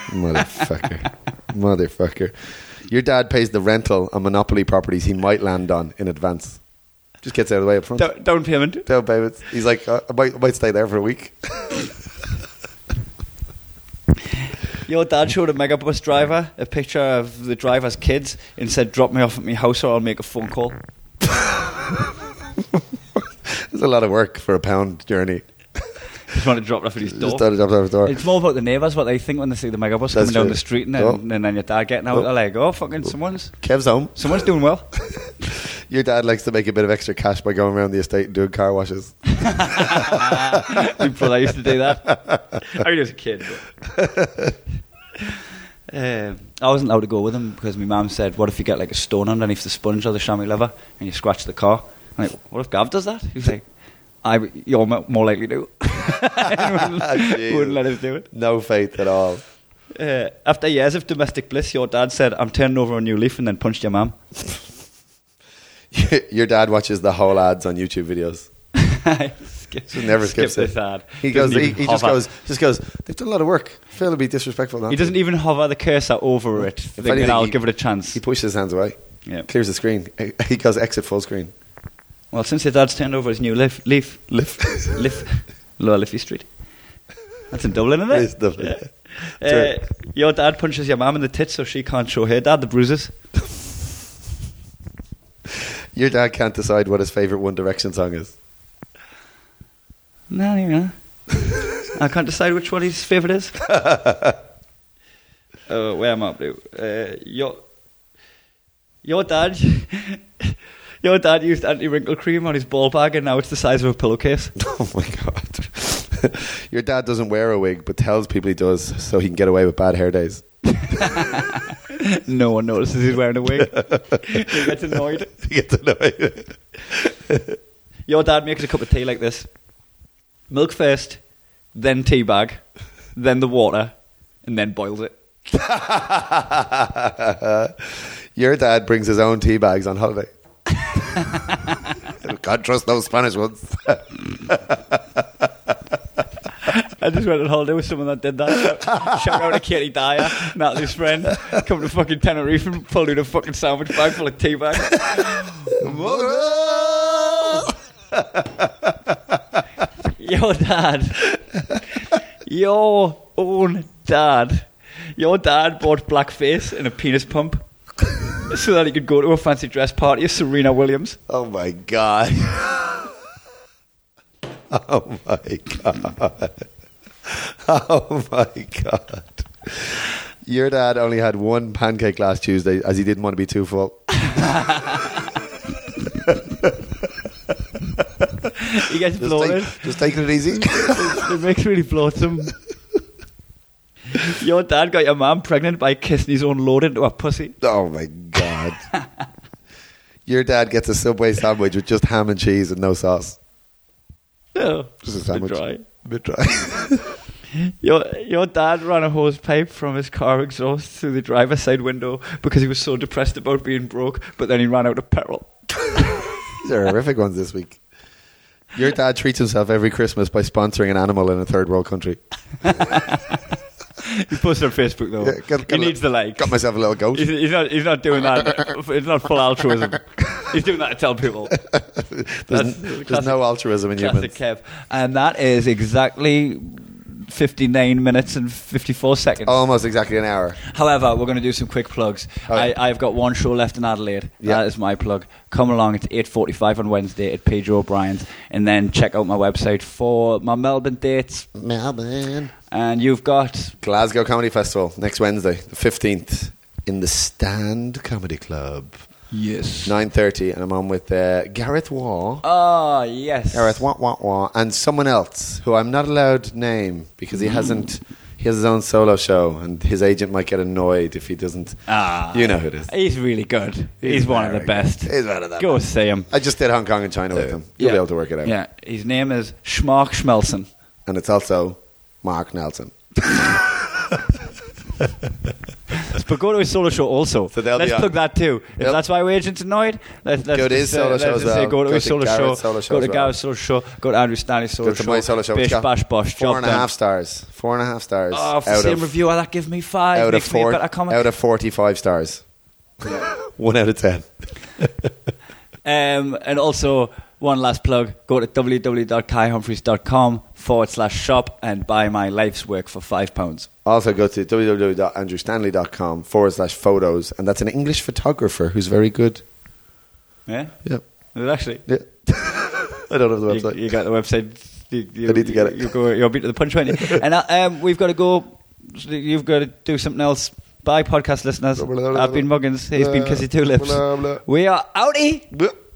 C: motherfucker, motherfucker! Your dad pays the rental on monopoly properties he might land on in advance. Just gets out of the way up front.
B: Down, down payment.
C: Down payments. He's like, uh, I might, I might stay there for a week.
B: Your dad showed a megabus driver a picture of the driver's kids and said, "Drop me off at my house, or I'll make a phone call."
C: It's a lot of work for a pound journey.
B: Just wanted to drop it off at his door.
C: Just done it up to the door.
B: It's more about the neighbours, what they think when they see the megabus coming
C: That's
B: down
C: true.
B: the street, and then,
C: Oh.
B: and then your dad getting out.
C: Oh.
B: They're like, "Oh, fucking someone's
C: Kev's home.
B: someone's doing well."
C: Your dad likes to make a bit of extra cash by going around the estate and doing car washes.
B: My brother used to do that. I mean, as a kid. but- um, I wasn't allowed to go with him because my mum said, "What if you get like a stone underneath the sponge or the chamois leather and you scratch the car?" I'm like, "What if Gav does that?" He was like, "I, you're mo- more likely to."
C: Jesus.
B: wouldn't let us do it.
C: No faith at all.
B: Uh, after years of domestic bliss, your dad said, "I'm turning over a new leaf," and then punched your mum.
C: Your dad watches the whole ads on YouTube videos.
B: skip,
C: Just never
B: skip
C: skips
B: this
C: it.
B: ad.
C: He
B: Doesn't
C: goes. He,
B: even
C: he just
B: hover.
C: goes. Just goes. They've done a lot of work. Fail to be disrespectful. Not
B: He
C: to."
B: doesn't even hover the cursor over it. Thinking,
C: anything,
B: I'll
C: he-
B: give it a chance.
C: He pushes his hands away.
B: Yeah.
C: Clears the screen. He- He goes exit full screen.
B: Well, since your dad's turned over his new leaf, leaf,
C: Lift.
B: leaf, Lower Liffey Street. That's in Dublin, isn't it?
C: It's Dublin, yeah.
B: Yeah.
C: That's
B: Uh, your dad punches your mum in the tits so she can't show her dad the bruises.
C: Your dad can't decide what his favorite One Direction song is.
B: No, you know. I can't decide which one his favourite is. uh, where am I up to? Uh, your, your dad. Your dad used anti-wrinkle cream on his ball bag, and now it's the size of a pillowcase.
C: Oh my god. Your dad doesn't wear a wig, but tells people he does so he can get away with bad hair days.
B: no one notices he's wearing a wig. he gets annoyed.
C: You get to know it.
B: Your dad makes a cup of tea like this: milk first, then tea bag, then the water, and then boils it.
C: Your dad brings his own tea bags on holiday. Can't trust those Spanish ones.
B: I just went on holiday with someone that did that. Shout out to Katie Dyer, Natalie's friend. Come to fucking Tenerife and pulled out a fucking sandwich bag full of tea bags. Your dad. Your own dad. Your dad bought blackface and a penis pump so that he could go to a fancy dress party as Serena Williams.
C: Oh my god. Oh my god. Oh my god. Your dad only had one pancake last Tuesday as he didn't want to be too full.
B: You guys
C: Just,
B: applauded.
C: take, just taking it easy.
B: it makes really blossom. Your dad got your mum pregnant by kissing his own load into a pussy.
C: oh my god. Your dad gets a Subway sandwich with just ham and cheese and no sauce.
B: No,
C: Just a sandwich.
B: Oh, Dry.
C: A bit dry.
B: Your your dad ran a hose pipe from his car exhaust through the driver's side window because he was so depressed about being broke, but then he ran out of petrol.
C: These are horrific ones this week. Your dad treats himself every Christmas by sponsoring an animal in a third world country.
B: He posted on Facebook though.
C: Yeah, got- got
B: he
C: a-
B: needs the like.
C: Got myself a little goat.
B: He's, he's not. He's not doing that. It's not full altruism. He's doing that to tell people.
C: There's,
B: That's-
C: there's
B: classic-
C: no altruism in
B: Classic
C: humans.
B: Kev. And that is exactly 59 minutes and 54 seconds.
C: Almost exactly an hour.
B: However, we're going to do some quick plugs.
C: Oh, yeah.
B: I, I've got one show left in Adelaide.
C: Yeah.
B: That is my plug. Come along. It's 8.45 on Wednesday at Pedro O'Brien's. And then check out my website for my Melbourne dates.
C: Melbourne.
B: And you've got...
C: Glasgow Comedy Festival next Wednesday, the 15th, in the Stand Comedy Club.
B: Yes.
C: 9.30, and I'm on with uh, Gareth Waugh.
B: Oh, yes.
C: Gareth Wah Wah Wah, and someone else who I'm not allowed to name because he
B: Mm.
C: hasn't. He has his own solo show, and his agent might get annoyed if he doesn't.
B: Ah.
C: you know who it is.
B: He's really good. He's, one of
C: very
B: the best.
C: good. He's one of the
B: Go
C: best.
B: see him.
C: I just did Hong Kong and China with him. You'll be able to work it out.
B: Yeah. His name is Schmark Schmelson.
C: And it's also Mark Nelson.
B: But go to his solo show also.
C: So they'll
B: let's
C: be on-
B: plug that too. If
C: Yep.
B: that's why we're agents annoyed, let's, let's
C: Go to his
B: just, uh,
C: solo
B: let's
C: show as
B: just say
C: well.
B: go to
C: Go
B: his
C: to
B: solo show,
C: Gareth's solo show
B: go to
C: as well.
B: Gareth's solo show, go to Andrew Stanley's solo
C: Go to
B: show,
C: my solo show.
B: Bish
C: It's got
B: Bash Bosh,
C: Four
B: job
C: and a half
B: done.
C: stars. Four and a half stars.
B: Oh, if the same reviewer that gives me five,
C: out of
B: makes me
C: four,
B: a better comic.
C: out of forty-five stars. One out of ten.
B: Um, and also, one last plug go to www.kaihumphreys.com forward slash shop and buy my life's work for five pounds.
C: Also, go to www.andrewstanley.com forward slash photos, and that's an English photographer who's very good.
B: Yeah?
C: Yep.
B: Well, Actually,
C: Yeah. I don't have the
B: you,
C: website.
B: you got the website. You, you,
C: I need to get it.
B: You go, you're beat to the punch, will and uh, um, we've got to go. You've got to do something else. Bye, podcast listeners. I've been Muggins. He's been Kissy Two Lips. We are outie.
C: Bleh.